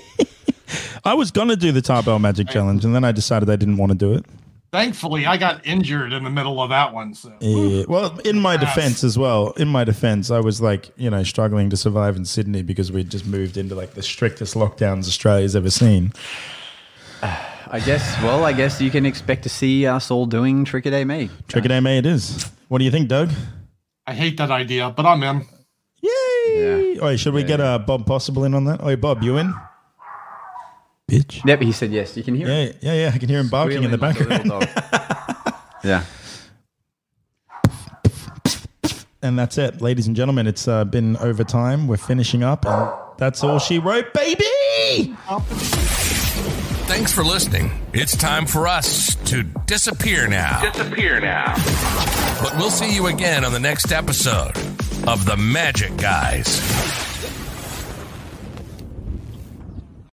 A: I was going to do the Tarbell Magic Challenge and then I decided I didn't want to do it.
E: Thankfully, I got injured in the middle of that one. So
A: Yeah. Eh, Well, in my defense as well, in my defense, I was like, you know, struggling to survive in Sydney because we'd just moved into like the strictest lockdowns Australia's ever seen.
B: I guess, well, I guess you can expect to see us all doing Trick a Day May.
A: Trick a Day May it is. What do you think, Doug?
E: I hate that idea, but I'm in.
A: Yay!
B: Yeah.
A: All right, should we get uh, Bob Possible in on that? Oh, Bob, you in? Bitch.
B: Yep, he said yes. You can hear it.
A: Yeah, yeah, yeah. I can hear him barking in the
B: Squealing like a
A: background,
B: little dog.
A: [LAUGHS]
B: yeah.
A: and that's it, ladies and gentlemen. It's uh, been over time. We're finishing up, and that's all she wrote, baby.
C: Thanks for listening. It's time for us to disappear now.
F: Disappear now.
C: But we'll see you again on the next episode of The Magic Guys.